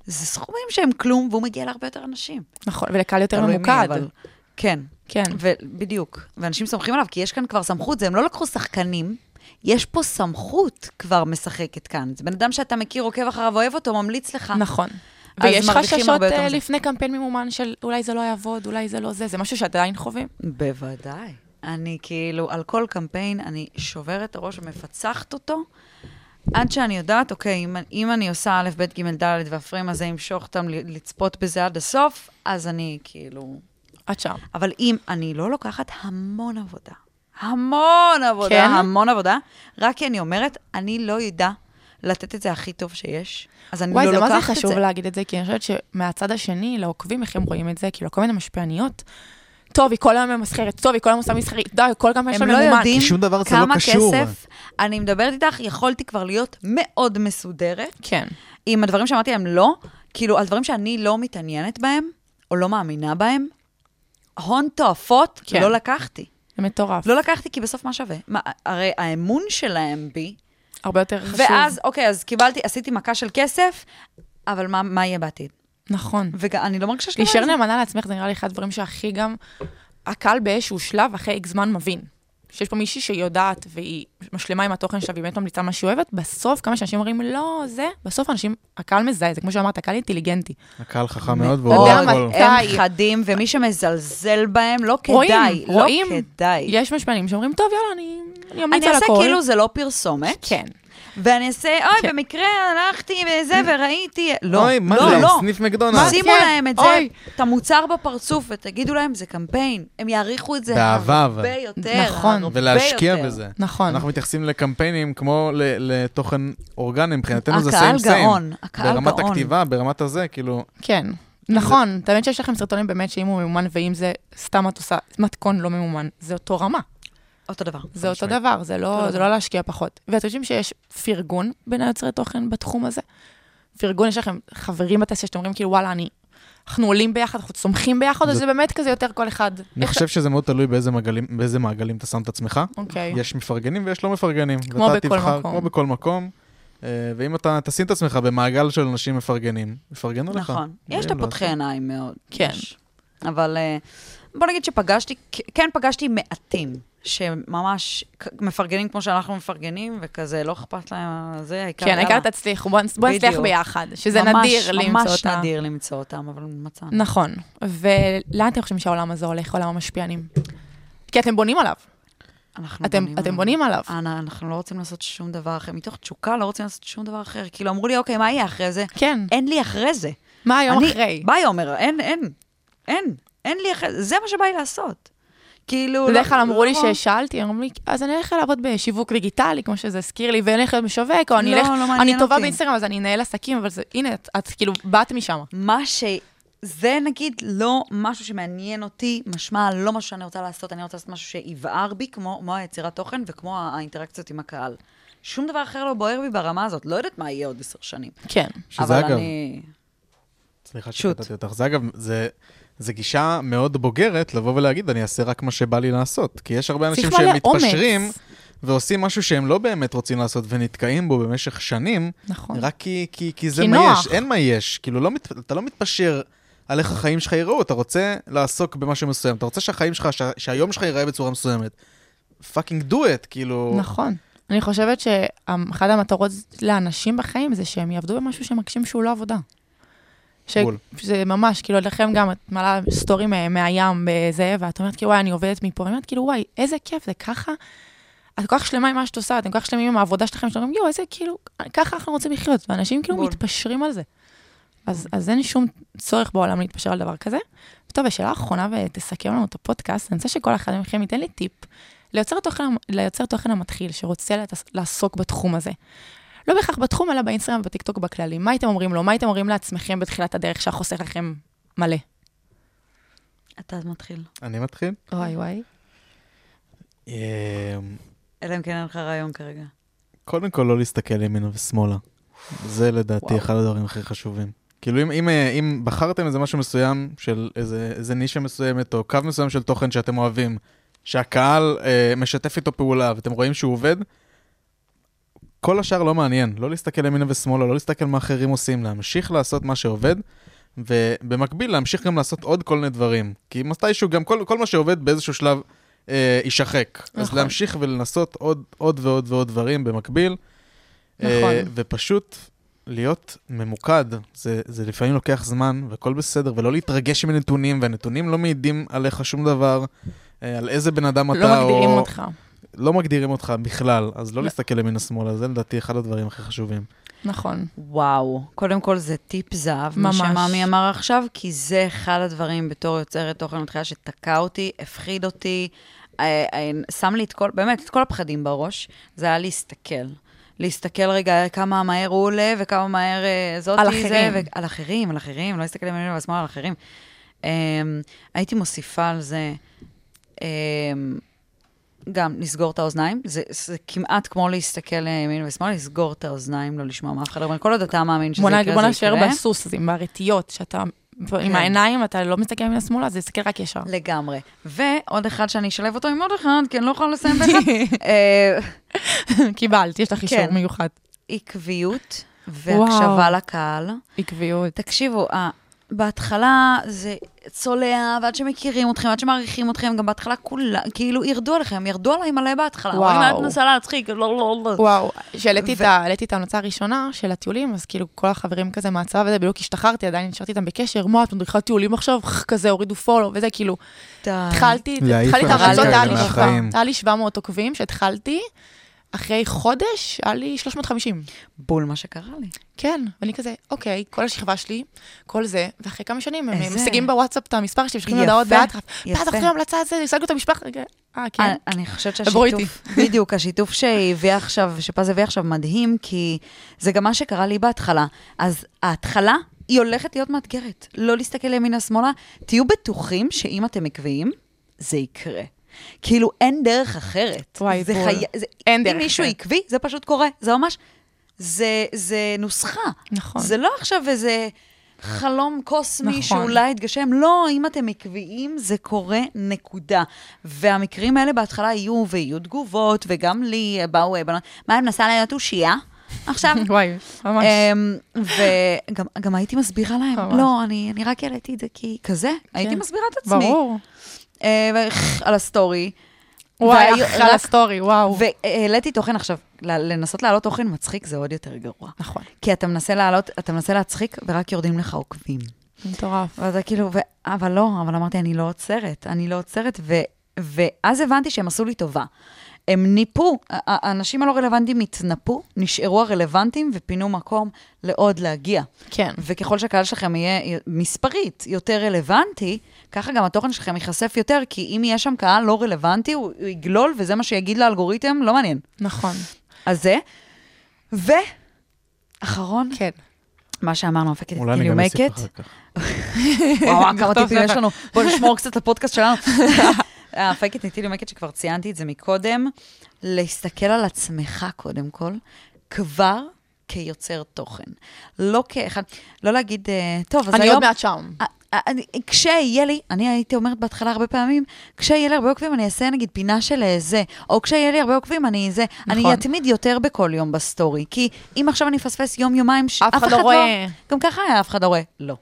F: זה סכומים שהם כלום, והוא מגיע להרבה יותר אנשים.
D: נכון, ולקהל יותר
F: תלוי מי,
D: ממוקד.
F: אבל- כן.
D: כן.
F: ו- בדיוק. ואנשים סומכים עליו, כי יש כאן כבר סמכות, זה הם לא לקחו שחקנים. יש פה סמכות כבר משחקת כאן. זה בן אדם שאתה מכיר, עוקב אחריו, אוהב אותו, ממליץ לך.
D: נכון.
F: אז
D: ויש
F: מרוויחים
D: חששות
F: הרבה יותר
D: אה,
F: מזה.
D: לפני קמפיין ממומן של אולי זה לא יעבוד, אולי זה לא זה, זה משהו שעדיין חווים?
F: בוודאי. אני כאילו, על כל קמפיין, אני שוברת את הראש ומפצחת אותו, עד שאני יודעת, אוקיי, אם, אם אני עושה א', ב', ג', ד', והפריים הזה ימשוך אותם ל- לצפות בזה עד הסוף, אז אני כאילו...
D: עד שם.
F: אבל אם אני לא לוקחת המון עבודה, המון עבודה,
D: כן?
F: המון עבודה, רק כי אני אומרת, אני לא אדע לתת את זה הכי טוב שיש, אז אני
D: וואי,
F: לא
D: זה מה
F: לוקחת את
D: זה
F: זה.
D: חשוב להגיד את זה, כי אני חושבת שמהצד השני, לעוקבים, איך הם רואים את זה, כאילו, כל מיני משפיעניות, טוב, היא כל היום ממסחרת, טוב, היא כל היום עושה מסחרית, די, כל גם יש לה
F: הם לא
D: ממומן.
F: יודעים
E: כי שום דבר זה לא
F: כמה
E: קשור.
F: כסף, אני מדברת איתך, יכולתי כבר להיות מאוד מסודרת.
D: כן,
F: אם הדברים שאמרתי הם לא, כאילו, על דברים שאני לא מתעניינת בהם, או לא מאמינה בהם, הון תועפות
D: כן.
F: כן. לא לקחתי.
D: זה מטורף.
F: לא לקחתי כי בסוף מה שווה? מה, הרי האמון שלהם בי,
D: הרבה יותר חשוב.
F: ואז, אוקיי, אז קיבלתי, עשיתי מכה של כסף, אבל מה, מה יהיה בעתיד?
D: נכון.
F: ואני לא מרגישה שלמה.
D: להישאר
F: עם זה.
D: נאמנה לעצמך, זה נראה לי אחד הדברים שהכי גם, הקהל באיזשהו שלב, אחרי איקס זמן מבין. שיש פה מישהי שהיא יודעת והיא משלימה עם התוכן שלה והיא באמת ממליצה מה שהיא אוהבת, בסוף כמה שאנשים אומרים לא, זה, בסוף אנשים, הקהל מזהה, זה כמו שאמרת, הקהל אינטליגנטי.
E: הקהל חכם מאוד, והוא
F: מאוד,
E: רואה
D: אתה יודע
E: הכל.
D: מתי-
F: הם חדים, ומי שמזלזל בהם, לא
D: רואים,
F: כדאי, לא
D: רואים.
F: כדאי.
D: יש משפענים שאומרים, טוב, יאללה, אני, אני אמליץ
F: אני
D: על
F: אעשה
D: הכל.
F: כאילו זה לא פרסומת,
D: כן.
F: ואני אעשה,
D: כן.
F: אוי, במקרה הלכתי וזה וראיתי, לא,
E: אוי, מה
F: לא,
E: זה,
F: לא.
E: סניף מקדונלדס.
F: שימו
D: כן,
F: להם את זה,
D: אוי.
F: את המוצר בפרצוף, ותגידו להם, זה קמפיין. הם יעריכו את זה
E: באהבה, אבל.
F: הרבה יותר.
D: נכון.
F: הרבה
E: ולהשקיע
F: יותר.
E: בזה.
D: נכון.
E: אנחנו מתייחסים לקמפיינים כמו ל- לתוכן אורגני, מבחינתנו זה
F: הקהל
E: סיים סיים.
F: גאון, הקהל
E: ברמת
F: גאון.
E: הכתיבה, ברמת הזה, כאילו,
D: כן. נכון, תמיד שיש לכם סרטונים באמת שאם הוא ממומן ואם זה סתם את עושה מתכון לא ממומן, זה אותו רמה.
F: אותו דבר.
D: זה אותו דבר, זה לא, זה לא להשקיע פחות. ואתם חושבים שיש פרגון בין היוצרי תוכן בתחום הזה? פרגון, יש לכם חברים בתעשייה שאתם אומרים כאילו, וואלה, אני... אנחנו עולים ביחד, אנחנו צומחים ביחד, או
E: זה-
D: זה באמת כזה יותר כל אחד?
E: אני
D: איך-
E: חושב שזה מאוד תלוי באיזה מעגלים, באיזה מעגלים אתה שם את עצמך.
D: אוקיי.
E: יש מפרגנים ויש לא מפרגנים.
D: כמו
E: ואתה
D: בכל
E: תבחר-
D: מקום.
E: כמו בכל מקום. אה, ואם אתה תשים את עצמך במעגל של אנשים מפרגנים, יפרגנו לך.
F: נכון.
E: ואם
F: יש את
E: לא,
F: הפותחי עיניים מאוד.
D: אה, כן.
F: יש. אבל אה, בוא נגיד שפגשתי, כן פגשתי מעטים, שממש כ- מפרגנים כמו שאנחנו מפרגנים, וכזה לא אכפת להם, זה העיקר.
D: כן, העיקר
F: יאללה.
D: תצליחו, בוא נצ- בוא נצליח
F: בדיוק.
D: ביחד, שזה
F: ממש,
D: נדיר למצוא
F: ממש
D: אותה.
F: נדיר למצוא אותם, אבל מצאנו.
D: נכון. ולאן אתם חושבים שהעולם הזה הולך, עולם המשפיענים? כי אתם בונים עליו.
F: אנחנו
D: אתם- אתם
F: עליו.
D: בונים עליו.
F: אנא, אנחנו לא רוצים לעשות שום דבר אחר. מתוך תשוקה לא רוצים לעשות שום דבר אחר. כאילו, אמרו לי, אוקיי, מה יהיה אחרי זה?
D: כן.
F: אין לי אחרי זה.
D: מה היום
F: אני-
D: אחרי?
F: ביי, עומר, אין, אין, אין, אין לי אחרי זה. זה מה שבא לי לעשות. כאילו...
D: בדרך
F: לא-
D: כלל אמרו לי
F: לא-
D: ששאלתי, אמרו לי, אז אני אלך לעבוד בשיווק דיגיטלי, כמו שזה הזכיר לי, ואני אלך להיות משווק, או אני
F: לא,
D: אלך,
F: לא מעניין
D: אני טובה
F: אותי.
D: באינסטגרם, אז אני אנהל עסקים, אבל זה- הנה, את- את כאילו באת משם.
F: מה ש... זה נגיד לא משהו שמעניין אותי, משמע לא משהו שאני רוצה לעשות, אני רוצה לעשות משהו שיבער בי, כמו, כמו היצירת תוכן וכמו האינטראקציות עם הקהל. שום דבר אחר לא בוער בי ברמה הזאת, לא יודעת מה יהיה עוד עשר שנים.
D: כן.
E: שזה
F: אבל
E: אגב,
F: אני...
E: סליחה
F: שוט.
E: שקטעתי אותך. זה אגב, זה, זה גישה מאוד בוגרת לבוא ולהגיד, אני אעשה רק מה שבא לי לעשות. כי יש הרבה אנשים
D: צריך מלא
E: שהם
D: אומץ.
E: מתפשרים ועושים משהו שהם לא באמת רוצים לעשות ונתקעים בו במשך שנים,
D: נכון.
E: רק כי, כי, כי זה
D: כי
E: מה
D: נוח.
E: יש, אין מה יש. כאילו, לא מת, אתה לא מתפשר על איך החיים שלך יראו, אתה רוצה לעסוק במשהו מסוים, אתה רוצה שהחיים שלך, שה, שהיום שלך ייראה בצורה מסוימת. פאקינג דו את, כאילו...
D: נכון. אני חושבת שאחת המטרות לאנשים בחיים זה שהם יעבדו במשהו שהם מרגישים שהוא לא עבודה. ש...
E: בול.
D: שזה ממש, כאילו, לכם גם, את מעלה סטורים אה, מהים בזה, ואת אומרת, כאילו, וואי, אני עובדת מפה, ואני אומרת, כאילו, וואי, איזה כיף, זה ככה? את כל כך שלמה עם מה שאת עושה, אתם כל כך שלמים עם העבודה שלכם, שאתם אומרים, יואו, איזה, כאילו, ככה אנחנו רוצים לחיות, ואנשים כאילו
F: בול.
D: מתפשרים על זה. אז, אז אין שום צורך בעולם להתפשר על דבר כזה. טוב, ושאלה אחרונה, ותסכם לנו את הפודקאסט, אני רוצה שכל אחד מכם ייתן לי טיפ ליוצר תוכן, ליוצר תוכן המתחיל, שרוצה לעס- לעסוק בתחום הזה. לא בהכרח בתחום, אלא באינסטגרם ובטיקטוק בכללי. מה הייתם אומרים לו? מה הייתם אומרים לעצמכם בתחילת הדרך שהחוסך לכם מלא?
F: אתה מתחיל.
E: אני מתחיל?
D: וואי וואי.
E: אמ,
F: אלא אם כן אין לך רעיון כרגע.
E: קודם כל, לא להסתכל ימינה ושמאלה. זה לדעתי
F: וואו.
E: אחד הדברים הכי חשובים. כאילו, אם, אם, אה, אם בחרתם איזה משהו מסוים של איזה, איזה נישה מסוימת, או קו מסוים של תוכן שאתם אוהבים, שהקהל אה, משתף איתו פעולה, ואתם רואים שהוא עובד, כל השאר לא מעניין. לא להסתכל ימינה ושמאלה, לא להסתכל מה אחרים עושים, להמשיך לעשות מה שעובד, ובמקביל להמשיך גם לעשות עוד כל מיני דברים. כי מתישהו גם כל, כל מה שעובד באיזשהו שלב אה, יישחק. אז
D: נכון.
E: להמשיך ולנסות עוד, עוד ועוד ועוד דברים במקביל.
D: נכון.
E: אה, ופשוט להיות ממוקד, זה, זה לפעמים לוקח זמן, והכל בסדר, ולא להתרגש מנתונים, והנתונים לא מעידים עליך שום דבר, אה, על איזה בן אדם
D: לא
E: אתה,
D: מגדירים
E: או...
D: אותך.
E: לא מגדירים אותך בכלל, אז לא
D: לא.
E: להסתכל ימינה שמאלה, זה לדעתי אחד הדברים הכי חשובים.
D: נכון.
F: וואו, קודם כל זה טיפ זהב, מה
D: ממש.
F: שמאמי אמר עכשיו, כי זה אחד הדברים בתור יוצרת תוכן מתחילה שתקע אותי, הפחיד אותי, אה, אה, שם לי את כל, באמת, את כל הפחדים בראש, זה היה להסתכל. להסתכל רגע כמה מהר הוא עולה וכמה מהר אה, זאתי
D: על
F: זה.
D: אחרים.
F: על אחרים, על אחרים, לא להסתכל ימינה ושמאלה על אחרים. אה, הייתי מוסיפה על זה, אה, גם לסגור את האוזניים, זה, זה כמעט כמו להסתכל לימין ושמאל, לסגור את האוזניים, לא לשמוע מה אף אחד אומר, כל עוד אתה מאמין שזה
D: בוא נ-
F: יקרה,
D: בוא
F: זה
D: נשאר
F: יקרה. כן.
D: בסוס, הזה, עם הרטיות, שאתה... עם העיניים, אתה לא מסתכל מן השמאלה, זה יסתכל רק ישר.
F: לגמרי. ועוד אחד שאני אשלב אותו עם עוד אחד, כי אני לא יכולה לסיים באחד. אה,
D: קיבלת, יש לך אישור
F: כן.
D: מיוחד.
F: עקביות והקשבה
D: וואו.
F: לקהל.
D: עקביות.
F: תקשיבו, אה, בהתחלה זה צולע, ועד שמכירים אתכם, עד שמעריכים אתכם, גם בהתחלה כולם, כאילו, ירדו עליכם, ירדו עליי מלא בהתחלה.
D: וואו.
F: וואו. את מנסה להצחיק, לא, לא, לא.
D: וואו, כשהעליתי את
F: ו-
D: ה- העליתי את ההמלצה הראשונה של הטיולים, אז כאילו כל החברים כזה מהצבא וזה, בדיוק השתחררתי, עדיין נשארתי איתם בקשר, מה, את מדריכת טיולים עכשיו? כזה, הורידו פולו וזה, כאילו,
F: די.
D: התחלתי,
E: להעיף
D: התחלתי את
F: אנשים
D: הרעיונות,
F: כאלה
D: היה לי שבע-
E: מהחיים.
D: היה לי 700 עוקבים שהתחלתי, אחרי חודש היה לי 350.
F: בול מה שקרה לי.
D: כן, ואני כזה, אוקיי, כל השכבה שלי, כל זה, ואחרי כמה שנים הם
F: איזה-
D: משיגים בוואטסאפ את המספר שלי, שולחים לי
F: יפה,
D: הודעות באטרף,
F: יפה.
D: ואז אחרי ההמלצה הזאת, השגנו את המשפחה, רגע, אה, כן,
F: אני- אני חושבת
D: דברו איתי.
F: שהשיתוף, בדיוק, השיתוף שהיא הביאה עכשיו, שפז הביאה עכשיו מדהים, כי זה גם מה שקרה לי בהתחלה. אז ההתחלה, היא הולכת להיות מאתגרת. לא להסתכל ימינה-שמאלה. תהיו בטוחים שאם אתם עקביים, זה יקרה. כאילו, אין דרך אחרת.
D: וואי,
F: זה
D: בול.
F: זה,
D: אין דרך
F: אם מישהו
D: אחרת.
F: עקבי, זה פשוט קורה. זה ממש... זה, זה נוסחה.
D: נכון.
F: זה לא עכשיו איזה חלום קוסמי
D: נכון.
F: נכון. שאולי יתגשם. לא, אם אתם עקביים, זה קורה, נקודה. והמקרים האלה בהתחלה יהיו, ויהיו תגובות, וגם לי אה, באו אה, בנות, מה, אני מנסה להיות אושייה? עכשיו...
D: וואי, ממש.
F: אמ, וגם גם הייתי מסבירה
D: ממש. כן.
F: להם, לא, אני, אני רק העליתי את זה כי כזה, הייתי מסבירה את עצמי.
D: ברור.
F: אה, ו- על הסטורי.
D: וואי,
F: והיו-
D: אחלה
F: רק-
D: סטורי, וואו.
F: והעליתי תוכן עכשיו, ל- לנסות להעלות תוכן מצחיק זה עוד יותר גרוע.
D: נכון.
F: כי אתה מנסה להעלות, אתה מנסה להצחיק ורק יורדים לך עוקבים.
D: מטורף.
F: ואתה כאילו, ו... אבל לא, אבל אמרתי, אני לא עוצרת, אני לא עוצרת, ו... ואז הבנתי שהם עשו לי טובה. הם ניפו, ה- ה- האנשים הלא רלוונטיים התנפו, נשארו הרלוונטיים ופינו מקום לעוד להגיע.
D: כן.
F: וככל שהקהל שלכם יהיה מספרית יותר רלוונטי, ככה גם התוכן שלכם ייחשף יותר, כי אם יהיה שם קהל לא רלוונטי, הוא הוא יגלול, וזה מה שיגיד לאלגוריתם, לא מעניין.
D: נכון.
F: אז זה. ואחרון,
D: כן.
F: מה שאמרנו,
D: אה,
F: המפקדת
E: אולי אני גם אוסיף
F: יונמקת.
E: אחר כך.
F: וואו, כמה
D: נכתוב
F: טיפים
D: ספר.
F: יש לנו. בואו נשמור קצת לפודקאסט שלנו. אה, הפייקט ניטילי מקט שכבר ציינתי את זה מקודם, להסתכל על עצמך קודם כל, כבר כיוצר תוכן. לא כאחד, לא להגיד, אה, טוב, אז
D: אני
F: היום...
D: עוד מעט שם.
F: אה, אה, אני- כשיהיה לי, אני הייתי אומרת בהתחלה הרבה פעמים, כשיהיה לי הרבה עוקבים אני אעשה נגיד פינה של אה, זה, או כשיהיה לי הרבה עוקבים אני זה. אני
D: נכון.
F: אתמיד יותר בכל יום בסטורי, כי אם עכשיו אני אפספס יום-יומיים, ש-
D: אף אחד לא רואה.
F: גם ככה היה, אף אחד לא רואה. לא.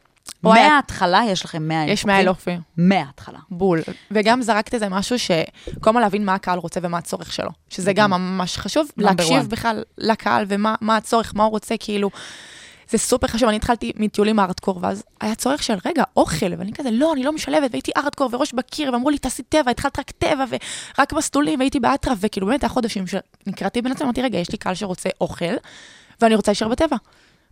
D: וואי,
F: מההתחלה יש לכם 100 אלף.
D: יש 100 אלף עוקבים.
F: מההתחלה.
D: בול. וגם זרקת איזה משהו שכל הזמן להבין מה הקהל רוצה ומה הצורך שלו. שזה גם ממש חשוב,
F: נכון. Number
D: להקשיב
F: one.
D: בכלל לקהל ומה מה הצורך, מה הוא רוצה, כאילו... זה סופר חשוב, אני התחלתי מטיולים הארדקור, ואז היה צורך של, רגע, אוכל, ואני כזה, לא, אני לא משלבת, והייתי ארדקור וראש בקיר, ואמרו לי, תעשי טבע, התחלת רק טבע, ורק מסלולים, והייתי באטרף, וכאילו, באמת, היה חודשים שנקראתי בין עצמי, אמרתי, רגע, יש לי קהל שרוצה אוכל, ואני רוצה להישאר בטבע.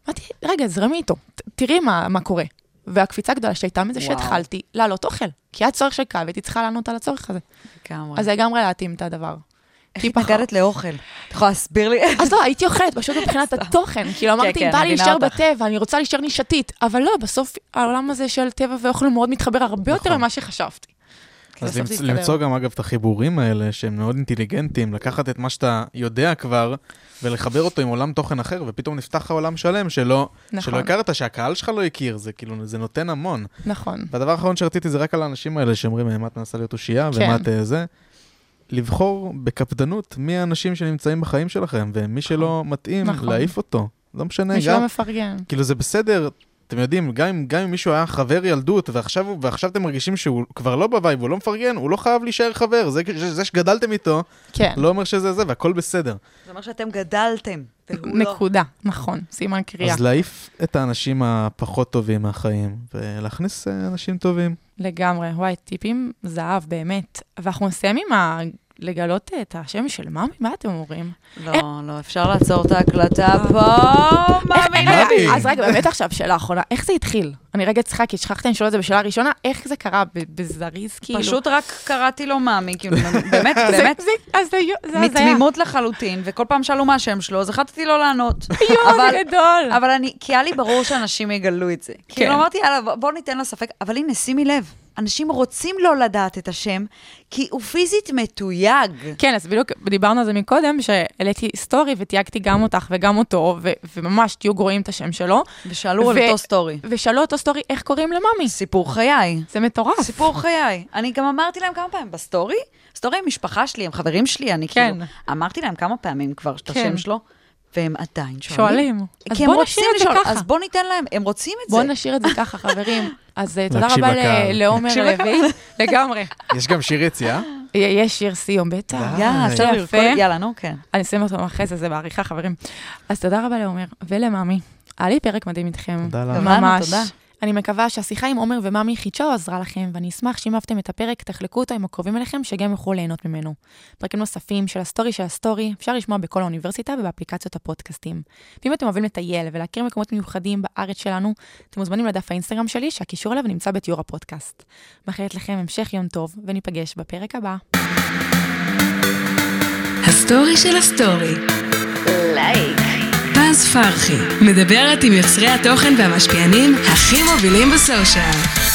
D: אמרתי, רגע, זרמי איתו, ת- תראי מה, מה קורה. והקפיצה הגדולה שהייתה מזה
F: וואו.
D: שהתחלתי להעלות אוכל, כי היה צורך של קהל והייתי צריכה לענות על הצורך הזה.
F: לגמרי.
D: אז זה לגמרי להתאים את הדבר.
F: איך
D: טיפ אחר-
F: התנגדת לאוכל? את יכולה להסביר לי?
D: אז לא, הייתי אוכלת, פשוט מבחינת התוכן. כאילו, אמרתי,
F: כן,
D: בא לי
F: מבינה
D: להישאר
F: אותך."
D: בטבע, אני רוצה להישאר נישתית. אבל לא, בסוף העולם הזה של טבע ואוכל מאוד מתחבר הרבה יותר ממה שחשבתי. כאילו,
E: אז
D: בסוף זה
E: למצ-
D: הסתדר.
E: למצוא גם, אגב, את החיבורים האלה, שהם מאוד אינטליגנטים, לקחת את מה שאתה יודע כבר, ולחבר אותו עם עולם תוכן אחר, ופתאום נפתח לך עולם שלם שלא,
D: נכון.
E: שלא הכרת, שהקהל שלך לא הכיר, זה כאילו, זה נותן המון.
D: נכון.
E: והדבר האחרון שרציתי זה רק על האנשים האלה שאומרים, "אה, מה את מנסה להיות אושייה,
D: כן.
E: ומה את אה, זה. לבחור בקפדנות מי האנשים שנמצאים בחיים שלכם, ומי שלא מתאים,
D: נכון.
E: להעיף אותו. לא משנה,
D: מישהו
E: גם...
D: לא מפרגן.
E: כאילו זה בסדר, אתם יודעים, גם אם, גם אם מישהו היה חבר ילדות, ועכשיו, הוא- ועכשיו אתם מרגישים שהוא כבר לא בווייב, הוא לא מפרגן, הוא לא חייב להישאר חבר. זה, זה, זה שגדלתם איתו,
D: כן.
E: לא אומר שזה זה, והכל בסדר.
F: זה אומר שאתם גדלתם, והוא לא.
D: נקודה. נכון. סימן קריאה.
E: אז לא. להעיף את האנשים הפחות טובים מהחיים, ולהכניס אה, אנשים טובים.
D: לגמרי, וואי, טיפים זהב, באמת. ואנחנו נסיים עם ה... לגלות אה, את השם של מאמי, מה אתם אומרים?
F: לא, לא, אפשר לעצור את ההקלטה פה.
D: אה.
F: מאמי.
E: מאמי.
D: רגע, אז רגע, באמת עכשיו, שאלה אחרונה, איך זה התחיל? אני רגע צריכה, כי שכחתי לשאול את זה בשאלה הראשונה, איך זה קרה ב- בזריז, כאילו?
F: פשוט רק קראתי לו מאמי, כאילו, באמת,
D: זה-
F: באמת.
D: זה- אז זה יו- זה הזיה.
F: מתמימות לחלוטין, וכל פעם שאלו מה השם שלו, אז החלטתי לא לענות.
D: יואו,
F: אבל-
D: זה גדול. כן.
F: אבל אני, כי היה לי ברור שאנשים יגלו את זה. כאילו אמרתי, יאללה, בוא- בוא ניתן לה ספק. אבל הנה, שימי לב, אנשים רוצים לא לדעת את השם, כי הוא פיזית מתויג.
D: כן, אז בדיוק דיברנו על זה מקודם, שהעליתי סטורי ותייגתי גם אותך וגם אותו, ו- וממש תהיו גרועים את השם שלו,
F: ושאלו על
D: ו-
F: אותו סטורי.
D: ושאלו אותו סטורי, איך קוראים למאמי?
F: סיפור חיי.
D: זה מטורף.
F: סיפור חיי. אני גם אמרתי להם כמה פעמים, בסטורי, סטורי עם משפחה שלי, עם חברים שלי, אני
D: כן.
F: כאילו, אמרתי להם כמה פעמים כבר את
D: כן.
F: השם שלו, והם עדיין
D: שואלים.
F: שואלים.
D: אז
F: כי הם
D: בוא
F: רוצים
D: נשאיר את זה
F: לשאול,
D: ככה.
F: אז בוא ניתן להם, הם רוצים את
D: בואו
F: זה.
D: נשאיר את זה ככה, חברים. אז אה, תודה
E: להקשיב
D: רבה ל-
E: לקהל.
D: לעומר לוי. לגמרי.
E: יש גם שיר יציאה?
D: י- יש שיר סיום, בטח.
E: די.
F: יאללה,
E: אה,
F: אפשר
D: יפה.
F: לרקוד? יאללה, נו, כן.
D: אני אשים אותו אחרי זה, זה בעריכה, חברים. אז תודה רבה לעומר ולמאמי. היה לי פרק מדהים איתכם.
E: תודה לך.
F: גם לנו,
D: ממש.
F: תודה.
D: אני מקווה שהשיחה עם עומר ומאמי חידשה או עזרה לכם, ואני אשמח שאם אהבתם את הפרק, תחלקו אותו עם הקרובים אליכם, שגם יוכלו ליהנות ממנו. פרקים נוספים של הסטורי של הסטורי, אפשר לשמוע בכל האוניברסיטה ובאפליקציות הפודקאסטים. ואם אתם אוהבים לטייל ולהכיר מקומות מיוחדים בארץ שלנו, אתם מוזמנים לדף האינסטגרם שלי, שהקישור אליו נמצא בתיאור הפודקאסט. מאחלת לכם המשך יום טוב, וניפגש בפרק הבא.
C: הסטורי של הסטורי.
B: לייק.
C: פז פרחי, מדברת עם יוצרי התוכן והמשפיענים הכי מובילים בסושיאל.